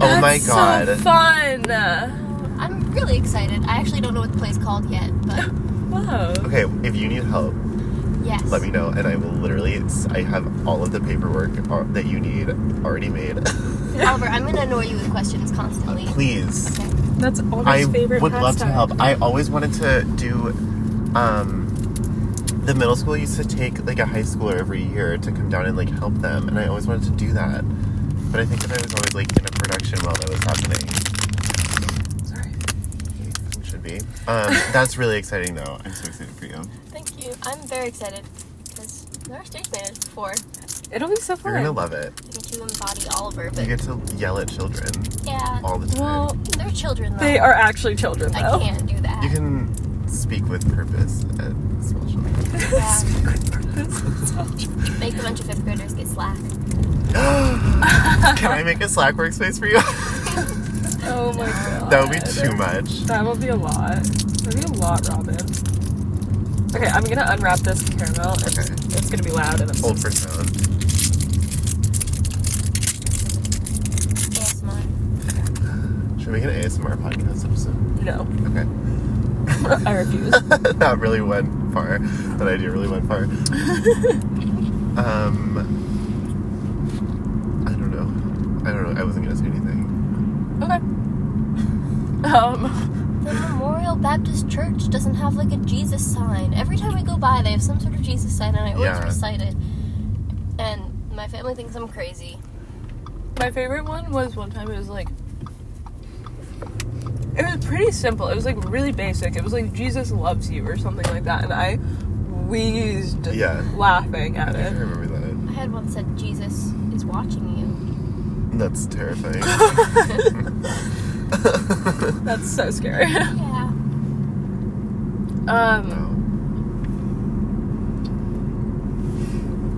Oh my That's god. So fun. I'm really excited. I actually don't know what the play's called yet, but Wow. Okay, if you need help, yes. let me know, and I will literally. It's, I have all of the paperwork ar- that you need already made. Oliver, I'm gonna annoy you with questions constantly. Please. Okay. That's all I his favorite would love to pastime. help. I always wanted to do. Um, the middle school used to take like a high schooler every year to come down and like help them, and I always wanted to do that. But I think that I was always like in a production while that was happening. Sorry. We should be. Um, that's really exciting though. I'm so excited for you. Thank you. I'm very excited because I've never stage managed before. I It'll be so fun. You're gonna love it. get to embody Oliver, You but get to yell at children yeah, all the time. Well, they're children though. they are actually children I though. can't do that. you can speak with purpose at small children. Yeah. can't. Make a bunch of fifth graders get slack. can I make a Slack workspace for you? oh my god. that would be too much. That will be a lot. That'd be a lot, Robin. Okay, I'm gonna unwrap this caramel. It's, Okay. Oh. it's gonna be loud and it's Old person owned. ASMR. Should we make an ASMR podcast episode? no. Okay. I refuse. that really went far. That idea really went far. um, I don't know. I don't know. I wasn't gonna say anything. okay. Um. The Memorial Baptist Church doesn't have like a Jesus sign. Every time we go by, they have some sort of Jesus sign, and I always Yeah. recite it. And my family thinks I'm crazy. My favorite one was one time it was like it was pretty simple. It was like really basic. It was like Jesus loves you or something like that, and I wheezed Yeah. laughing I at think I it. remember that. I had one said Jesus is watching you. That's terrifying. That's so scary. Yeah. Um no.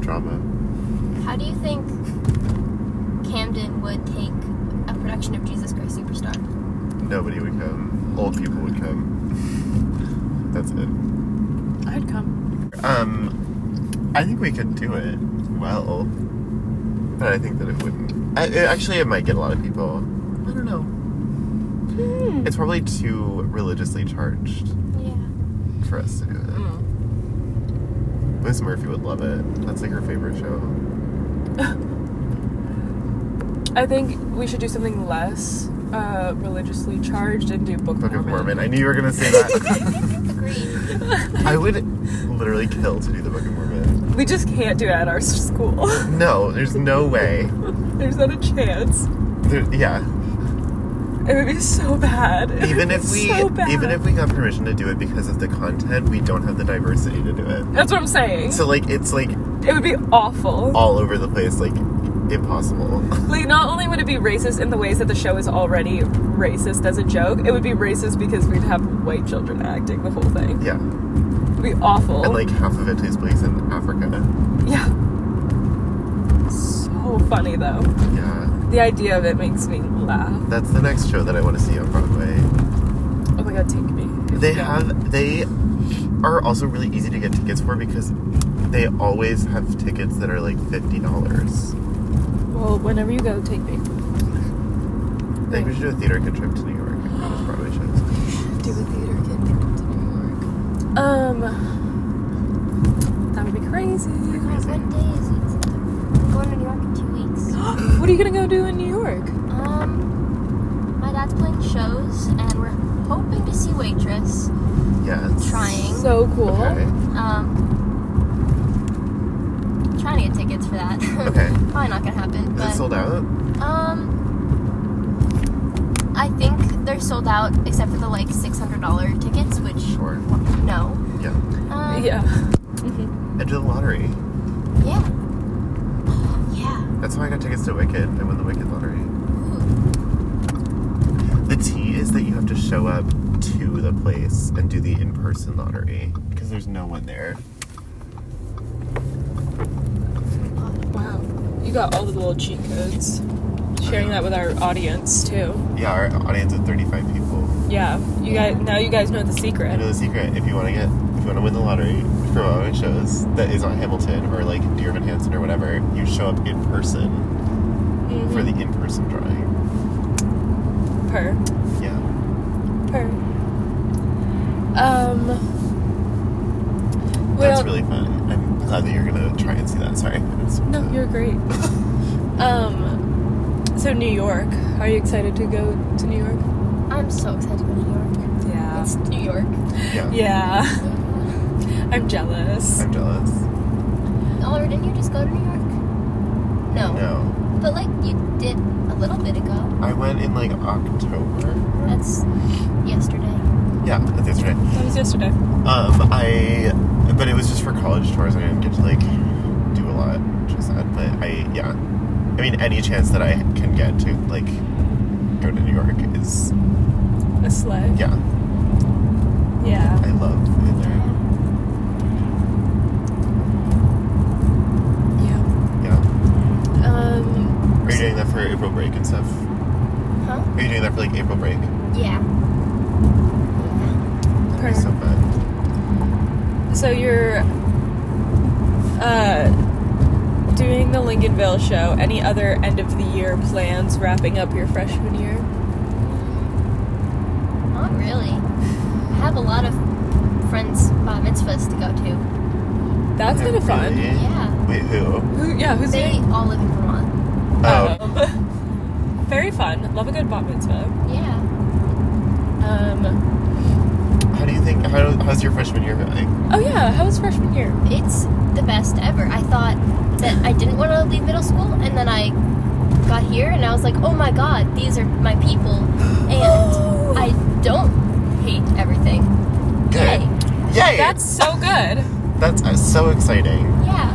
Drama. How do you think Camden would take a production of Jesus Christ Superstar? Nobody would come. Old people would come. That's it. I'd come. Um, I think we could do it well, but I think that it wouldn't. I, it, actually, it might get a lot of people. I don't know. It's probably too religiously charged Yeah. for us to do it. Mm. Miss Murphy would love it. That's like her favorite show. I think we should do something less uh, religiously charged and do Book, Book of Mormon. Mormon. I knew you were gonna say that. Agreed. I would literally kill to do the Book of Mormon. We just can't do it at our s- school. No, there's no way. There's not a chance. There, yeah. It would be so bad. It would Even be if we, so bad. even if we got permission to do it because of the content, we don't have the diversity to do it. that's what I'm saying. So like, it's like it would be awful. all over the place, like impossible. Like, not only would it be racist in the ways that the show is already racist as a joke, it would be racist because we'd have white children acting the whole thing. yeah. It'd be awful. And like half of it takes place in Africa. yeah. So funny though. Yeah. The idea of it makes me laugh. That's the next show that I want to see on Broadway. Oh my god, take me. If They you go. have they are also really easy to get tickets for because they always have tickets that are like fifty dollars. Well, whenever you go, take me. I think we should do a theater kid trip to New York and go to Broadway shows. Do a theater kid trip to New York. Um, that would be crazy. God, what day is it? I'm going to New York in two weeks. what are you gonna go do in New York? Um, my dad's playing shows, and we're hoping to see Waitress. Yes. Trying. So cool. Okay. Um, trying to get tickets for that. Okay. Probably not gonna happen. Is but it sold out? um, I think they're sold out except for the like six hundred dollar tickets, which Sure. no. Yeah. Um, Yeah. Mm-hmm. Enter the lottery. Yeah. Yeah. That's how I got tickets to Wicked. I won the Wicked lottery. Ooh, The T is that you have to show up to the place and do the in person lottery because there's no one there. Wow. You got all the little cheat codes. Sharing that with our audience too. Yeah, our audience of 35 people. Yeah. You guys now you guys know the I know secret. the secret. If you want to get, if you want to win the lottery for one of shows that is on Hamilton or like Dear Evan Hansen or whatever, you show up in person for the in person drawing. per. Yeah. Per. Um That's really fun. I'm glad that you're going to try and see that. Sorry. No, you're great. um so New York. Are you excited to go to New York? I'm so excited to go to New York. Yeah. It's New York. Yeah. Yeah. I'm jealous. I'm jealous. Oh, or didn't you just go to New York? No. No. But like you did a little bit ago. I went in like October. That's yesterday. Yeah, that's yesterday. That was yesterday. Um, I, but it was just for college tours. I didn't get to like do a lot, which is sad. But I, yeah, I mean, any chance that I can get to like go to New York is, A sleigh. yeah, Yeah. I love it there. Yeah. Yeah, Um. are you doing that for April break and stuff? Huh? Are you doing that for like April break? Yeah. That'd be so fun. So you're uh, doing the Lincolnville show. Any other end of the year plans wrapping up your freshman year? Not really. I have a lot of friends' bat mitzvahs to go to. That's kind of fun. Really? Yeah. Wait, who? Who, yeah, who's They doing? all live in Vermont. Oh, Um, very fun. Love a good bat mitzvah. Yeah. Um, how do you think? How, how's your freshman year going? oh yeah, how was freshman year? It's the best ever. I thought that I didn't want to leave middle school, and then I got here, and I was like, oh my god, these are my people, and I don't hate everything. Good. Yay. Yay! That's so good. that's uh, so exciting. Yeah.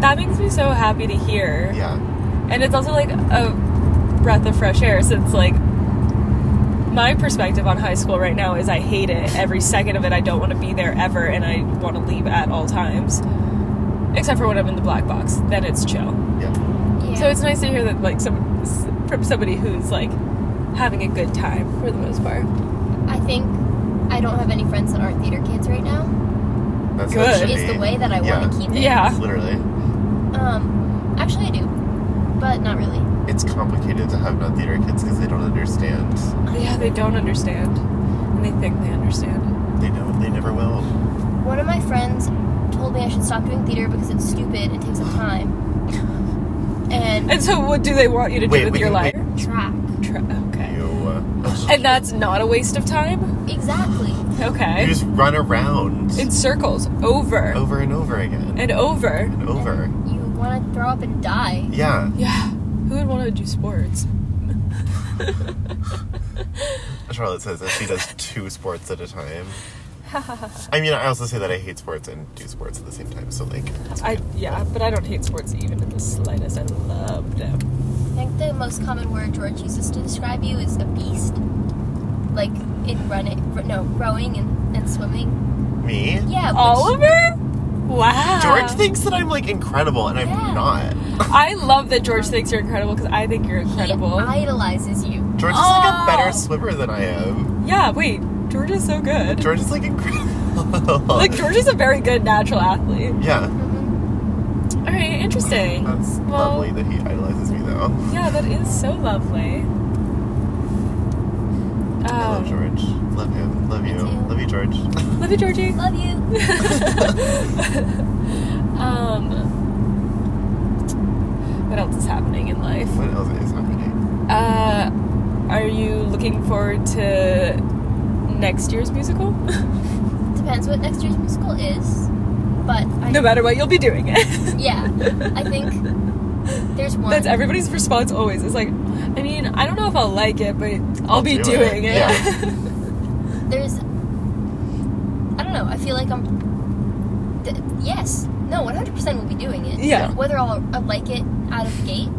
That makes me so happy to hear. Yeah. And it's also like a breath of fresh air since like my perspective on high school right now is I hate it. Every second of it I don't want to be there ever and I want to leave at all times. Except for when I'm in the black box, then it's chill. Yeah. Yeah. So it's nice to hear that like some s- from somebody who's like having a good time for the most part. I think I don't have any friends that aren't theater kids right now. That's Good. Ah. what it should Is the be. way that I Yeah. want to keep it. Yeah. Literally. Um, actually, I do, but not really. it's complicated to have non-theater kids because they don't understand. Yeah, they don't understand. And they think they understand. They know they never will. One of my friends told me I should stop doing theater because it's stupid. It takes up time. And And so what do they want you to do Wait, with we your can- life? track. Tra- okay. You, uh, And that's not a waste of time? Exactly. you Okay. just run around in circles over over and over again and over. and over. You want to throw up and die. Yeah, Yeah, who would want to do sports? Charlotte says that she does two sports at a time. I mean, I also say that I hate sports and do sports at the same time. So like, I yeah, but I don't hate sports even in the slightest. I love them. I think the most common word George uses to describe you is a beast. Like in running, no, rowing and, and swimming. me, Yeah. Which, Oliver? Wow. George thinks that I'm like incredible, and I'm Yeah. not. I love that George thinks you're incredible because I think you're He incredible. idolizes you. George is like Oh. a better swimmer than I am. yeah, wait, George is so good. George is like incredible. Like George is a very good natural athlete. Yeah, Mhm. All right, interesting. that's Well- lovely that he idolizes me though. Yeah, that is so lovely. I love Um, George. Love him. Love you. too. Love you, George. love you, Georgie. Love you. um, what else is happening in life? what else is happening? Uh, are you looking forward to next year's musical? Depends what next year's musical is, but I, no matter what, you'll be doing it. yeah, I think there's one. That's everybody's response always. It's like, I mean, I don't know if I'll like it, but I'll, I'll be do it. doing it. Yeah. there's I don't know. I feel like I'm. Th- yes, no, 100% will be doing it. Yeah. Whether I'll, i like it out of the gate,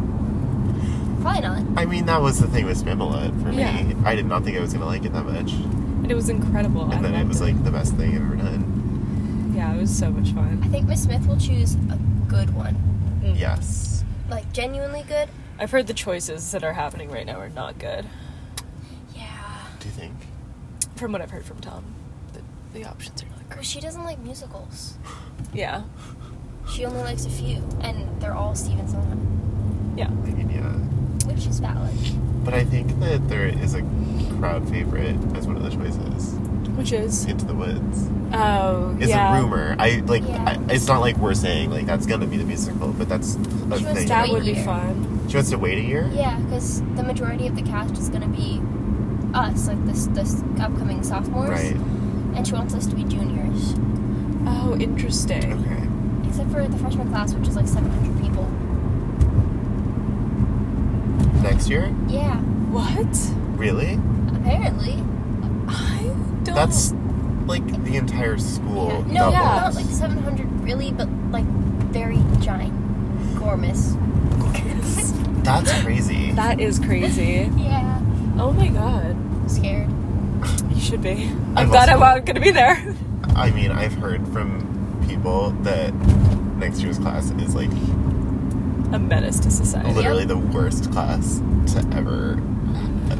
probably not. I mean, that was the thing with Spamalot for me. Yeah. I did not think I was gonna like it that much, and it was incredible. I and then it loved was like the best thing I've ever done. yeah, it was so much fun. I think Miss Smith will choose a good one, Mm. Yes. like genuinely good. I've heard the choices that are happening right now are not good, Yeah. Do you think? from what I've heard from Tom. The, the options are not Cause great. she doesn't like musicals. Yeah. She only likes a few, and they're all Stephen Sondheim, I mean, yeah. which is valid. But I think that there is a crowd favorite as one of the choices. Which is Into the Woods Oh, is yeah. a rumor. I like. Yeah. I, it's not like we're saying like that's gonna be the musical, but that's the She wants thing. to That wait would be here. fun. She wants to wait a year. Yeah, because the majority of the cast is gonna be us, like this this upcoming sophomores, Right. and she wants us to be juniors, Oh, interesting. Okay. except for the freshman class, which is like 700 people. Next year? Yeah, What? Really? apparently. I don't. That's like the entire school. Yeah. No, doubled. yeah. not like 700 really, but like very giant, gormous. That's crazy. that is crazy. Yeah, Oh my god. I'm scared. You should be. I'm, I've glad also- I'm going to be there. I mean, I've heard from people that next year's class is like Oh, A menace to society. literally the worst class to ever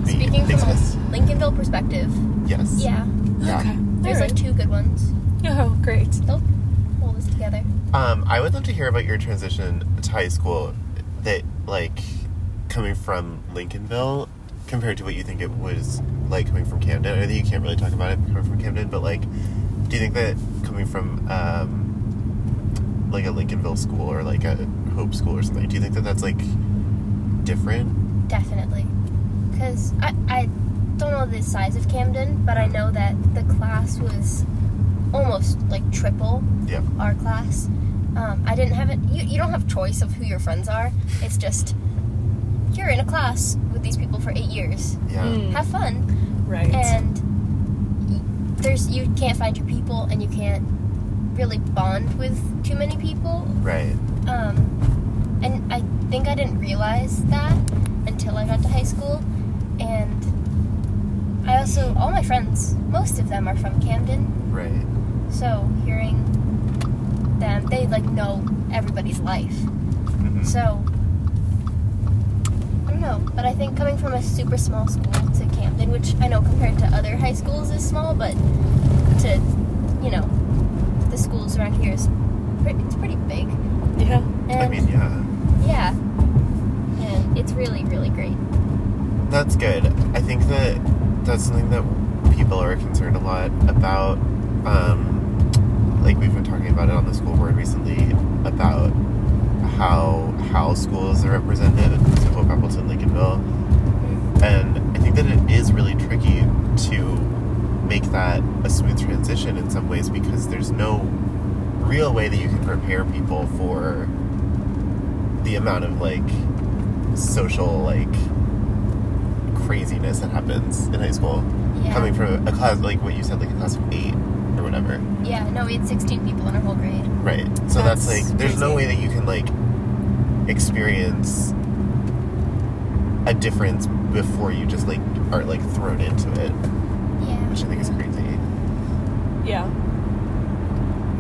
be Speaking from exist. a Lincolnville perspective, yes. yeah, Yeah. Okay. there's like two good ones. Oh, great. They'll pull this together. Um, I would love to hear about your transition to high school. That like coming from Lincolnville compared to what you think it was like coming from Camden. I think you can't really talk about it coming from Camden, but like, do you think that coming from um, like a Lincolnville school or like a Hope school or something, do you think that that's like different? Definitely. Because I, I don't know the size of Camden, but I know that the class was almost like triple Yeah. our class. Um, I didn't have it. You, you don't have choice of who your friends are. It's just you're in a class with these people for eight years. Yeah. Mm, Have fun. right. And y- there's you can't find your people, and you can't really bond with too many people Right. um, and I think I didn't realize that until I got to high school. And I also, all my friends, most of them are from Camden. Right. So hearing them, they like know everybody's life. Mhm. So I don't know, but I think coming from a super small school to Camden, which I know compared to other high schools is small, but to you know the schools around here is pretty, it's pretty big. yeah. And I mean, yeah. yeah. And it's really, really great. That's good. I think that that's something that people are concerned a lot about. Um, like we've been talking about it on the school board recently about how how schools are represented in Hope Appleton, Lincolnville, Mm-hmm. and I think that it is really tricky to make that a smooth transition in some ways because there's no real way that you can prepare people for the amount of like social like craziness that happens in high school Yeah. coming from a class like what you said like a class of eight or whatever Yeah, no, we had 16 people in our whole grade. right so that's, That's like there's no way crazy. that you can like experience a difference before you just like are like thrown into it Yeah. which i think is crazy Yeah.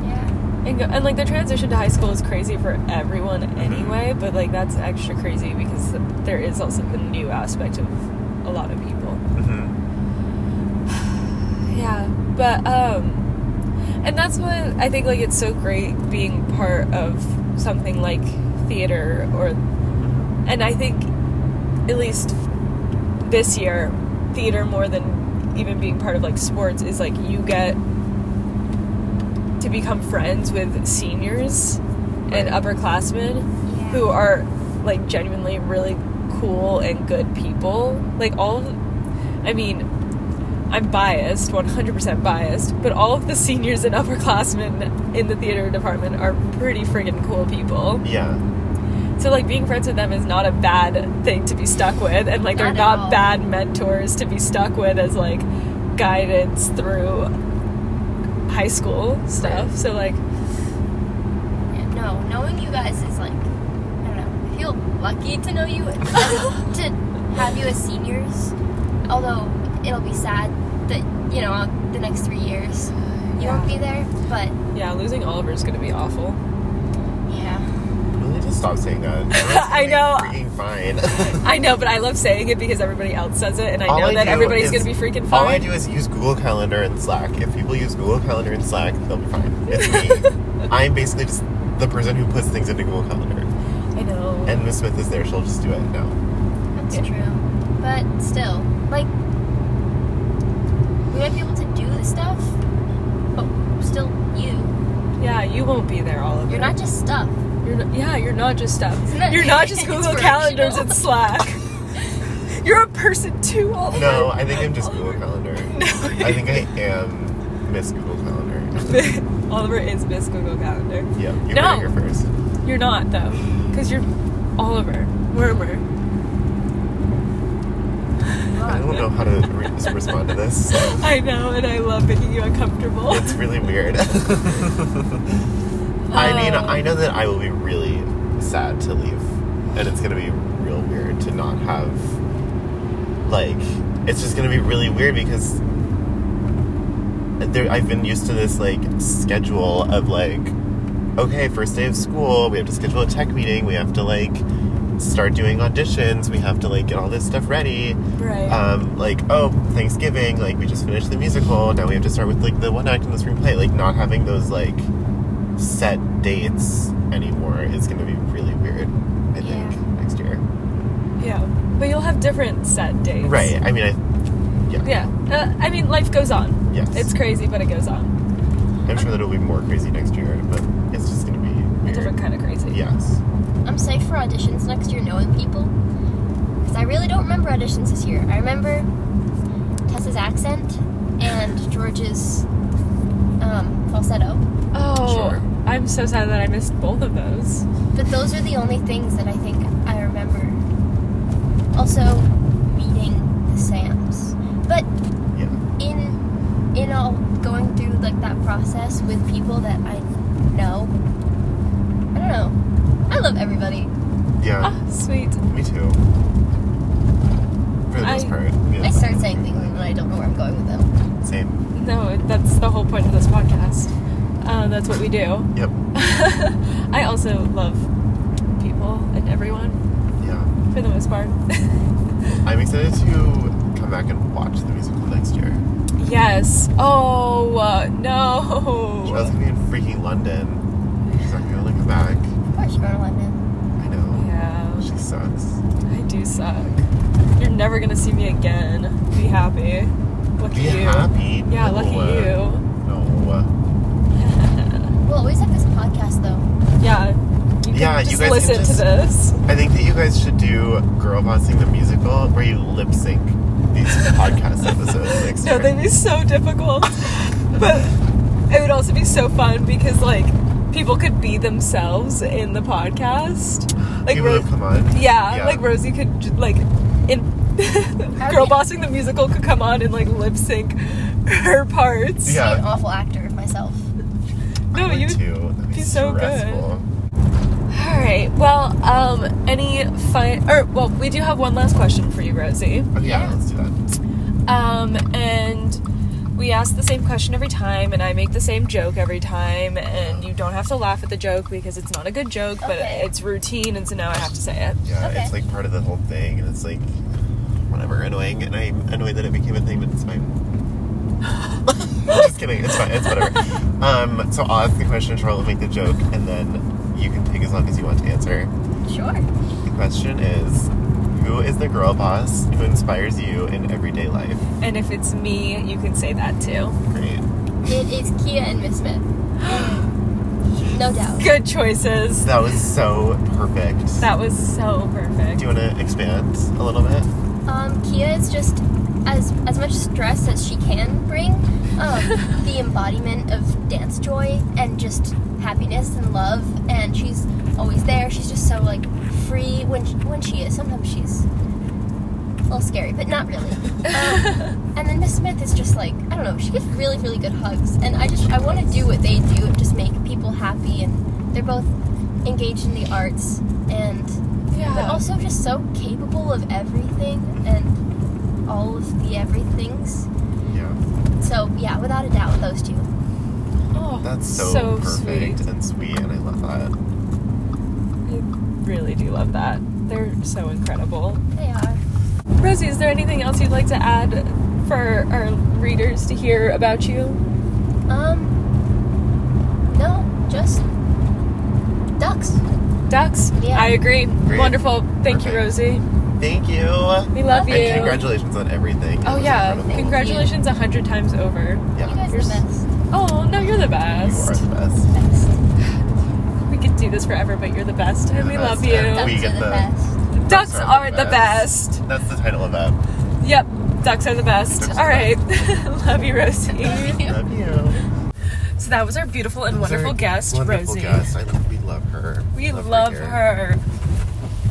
Yeah. And, go, and like the transition to high school is crazy for everyone anyway, but like that's extra crazy because there is also the new aspect of a lot of people. mm-hmm. Yeah, but um and that's what I think like it's so great being part of something like theater or and I think at least this year theater more than even being part of like sports is like you get to become friends with seniors and Right. upperclassmen Yeah. who are like genuinely really cool and good people. Like all, of- I mean, I'm biased, 100% biased, but all of the seniors and upperclassmen in the theater department are pretty friggin' cool people. yeah So like being friends with them is not a bad thing to be stuck with, and like they're Not at not all. bad mentors to be stuck with as like guidance through high school stuff. Right. So like, Yeah, no, knowing you guys is like, I don't know, I feel lucky to know you, to have you as seniors. Although it'll be sad that, you know, I'll- the next three years you Yeah. won't be there, but yeah, losing Oliver's gonna be awful. yeah. really just stop saying that I know. freaking fine I know, but I love saying it because everybody else says it, and I All know I that do everybody's is- gonna be freaking all i fine. do is use google calendar and slack if people use google calendar and slack they'll be fine it's me i'm basically just the person who puts things into google calendar I know. and Miss Smith is there, she'll just do it now. That's true. But still, like, we might be able to do the stuff, but still, you. yeah, you won't be there, Oliver. You're not just stuff. You're not, yeah, you're not just stuff. Isn't that- You're not just Google It's calendars and functional. Slack. You're a person too. All the No, time. I think I'm just Google Calendar. Oh No. I think I am Miss Google Calendar. Oliver is Miss Google Calendar. Yeah, you No. heard it here first. You're not though, because you're Oliver Wormer. I don't know how to re- respond to this. I know, and I love making you uncomfortable. It's really weird. I mean, I know that I will be really sad to leave, and it's gonna be real weird to not have. Like, it's just gonna be really weird because there, I've been used to this like schedule of like, okay, first day of school, we have to schedule a tech meeting, we have to like start doing auditions, we have to like get all this stuff ready, Right. um, like oh Thanksgiving, like we just finished the musical. Now we have to start with like the one act and the screenplay. Like not having those like set dates anymore is going to be really weird. I think Yeah. next year, yeah, but you'll have different set dates. right? I mean, I yeah, Yeah. Uh, I mean, life goes on. yes. It's crazy, but it goes on. I'm sure that it'll be more crazy next year, but it's just going to be A weird. different kind of crazy. Yes, I'm psyched for auditions next year, knowing people. Because I really don't remember auditions this year. I remember Tessa's accent and George's um, falsetto. Oh, Sure. I'm so sad that I missed both of those. But those are the only things that I think I remember. Also, meeting the Sams. But yeah. in in all going through like that process with people that I know, I don't know. I love everybody. Yeah, Ah, sweet. me too. For the most I- part, I yes. start saying things and I don't know where I'm going with them. Same. No, that's the whole point of this podcast. Uh, that's what we do. Yep. I also love people and everyone Yeah. for the most part. I'm excited to come back and watch the musical next year. yes. Oh uh, no. She was gonna be in freaking London. She's not gonna be able to come back. Of course, you're going to London. I know. Yeah, She sucks. I do suck. You're never gonna see me again. Be happy. Look Be at you. happy. Yeah, look at you. No. We'll always have this podcast though. Yeah. You can Yeah, you just guys can listen just- to this. I think that you guys should do Girl Bossing the Musical where you lip sync these podcast episodes next No, year. that'd be so difficult. but it would also be so fun because like people could be themselves in the podcast. Like People Rose, who come on. yeah, Yeah. like Rosie could j- like in Girl Bossing the musical could come on and like lip sync her parts. Yeah. Be an awful actor myself. No, Or Oh, you would two. That'd be, be so good. stressful. All right. Well, um any fine or well, we do have one last question for you, Rosie. Okay, yeah, Yeah. let's do that. Um, and we ask the same question every time, and I make the same joke every time, and you don't have to laugh at the joke because it's not a good joke, but Okay. it's routine, and so now I have to say it. Yeah, Okay. it's like part of the whole thing, and it's like whatever annoying, and I'm annoyed that it became a thing, but it's fine. Just kidding, it's fine, it's whatever. um, so I'll ask the question, Charlotte will make the joke, and then you can take as long as you want to answer. Sure. The question is, who is the girl boss who inspires you in everyday life? And if it's me, you can say that too. Great. It is Kia and Miss Smith. No doubt. Good choices. That was so perfect. That was so perfect. Do you want to expand a little bit? Um, Kia is just as as much stress as she can bring. Um, the embodiment of dance joy and just happiness and love. And she's always there. She's just so like free when she, when she is. Sometimes she's a little scary, but not really. Um, and then Miss Smith is just like I don't know. She gives really really good hugs, and I just I want to do what they do and just make people happy. And they're both engaged in the arts and yeah. but also just so capable of everything and all of the everythings. Yeah. So yeah, without a doubt, those two. oh, That's so, perfect sweet. and sweet, and I love that. I really do love that. They're so incredible. They are. Rosie, is there anything else you'd like to add for our readers to hear about you? Um, no, just ducks. Ducks? Yeah. I agree. Great. Wonderful. Thank you, Perfect. Rosie. Thank you. We love you. Okay. And congratulations on everything. It Oh was yeah, incredible. congratulations a hundred times over. Yeah. You guys are You're the s- best. Oh no, you're the You are best. the best. Best. We could do this forever, but you're the best, You're and the we best. love And you. we Ducks get are the the- best. Ducks are the best. That's the title of that. Yep, ducks are the best. Ducks All are right. Love you, Rosie. Love you. so that was our beautiful and wonderful Sorry. guest, Wonderful Rosie. guest. I love, we love her. We love here. her.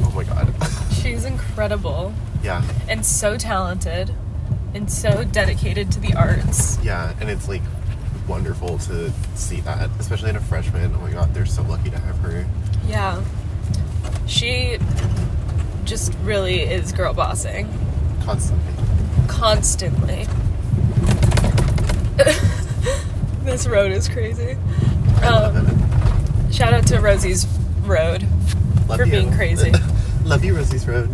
Oh my god. She's incredible yeah, and so talented and so dedicated to the arts. yeah, and it's like wonderful to see that, especially in a freshman. Oh my god, they're so lucky to have her. Yeah. She just really is girl bossing Constantly. constantly. this road is crazy. I love Um, it. Shout out to Rosie's Road. Love for you. being crazy. love you, Rosie's Road.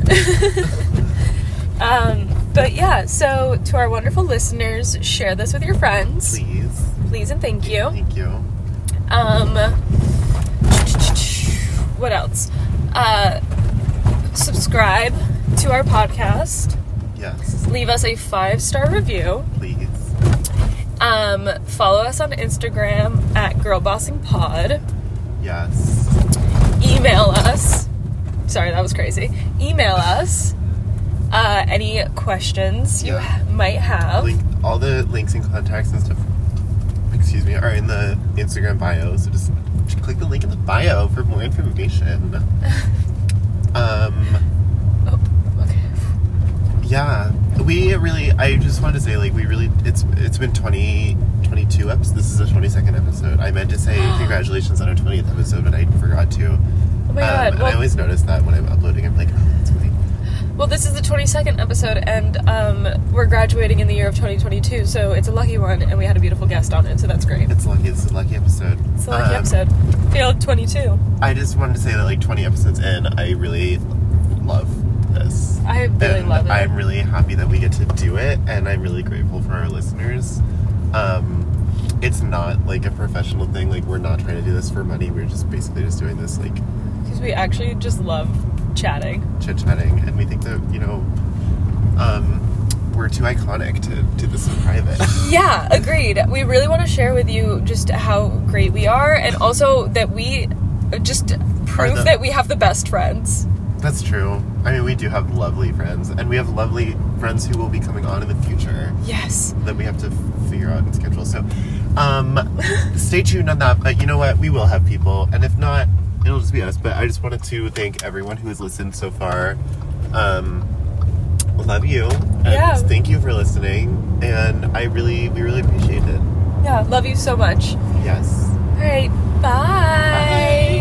Um, but yeah, so to our wonderful listeners, share this with your friends, please, Please. and thank you. Thank you. Um, what else? Uh, subscribe to our podcast. Yes, Leave us a five star review. please. Um, follow us on Instagram at girlbossingpod. Yes. email us. Sorry, that was crazy. Email us uh, any questions you Yeah. ha- might have. Link, all the links and contacts and stuff, excuse me, are in the Instagram bio. So just click the link in the bio for more information. um. Oh, okay. yeah we really i just wanted to say like we really it's it's been 20 22 episodes this is the 22nd episode i meant to say congratulations on our 20th episode but i forgot to Oh my um, god. and i Well, always notice that when i'm uploading i'm like oh that's funny well, this is the 22nd episode, and um, we're graduating in the year of 2022, so it's a lucky one, and we had a beautiful guest on it, so that's great. it's lucky it's a lucky episode It's a lucky Um, episode. Field 22. i just wanted to say that like 20 episodes in i really love this I really and love it. i'm really happy that we get to do it and i'm really grateful for our listeners um it's not like a professional thing like we're not trying to do this for money we're just basically just doing this like Because we actually just love chatting. chit chatting, and we think that you know, um, we're too iconic to do this in private. Yeah, agreed. We really want to share with you just how great we are, and also that we uh, just prove the- that we have the best friends. That's true. I mean, we do have lovely friends, and we have lovely friends who will be coming on in the future Yes. that we have to f- figure out and schedule. So, um, stay tuned on that. But you know what? We will have people, and if not, it'll just be us. But I just wanted to thank everyone who has listened so far. Um, love you. And Yeah. Thank you for listening, and I really, we really appreciate it. Yeah. Love you so much. Yes. All right. Bye. Bye.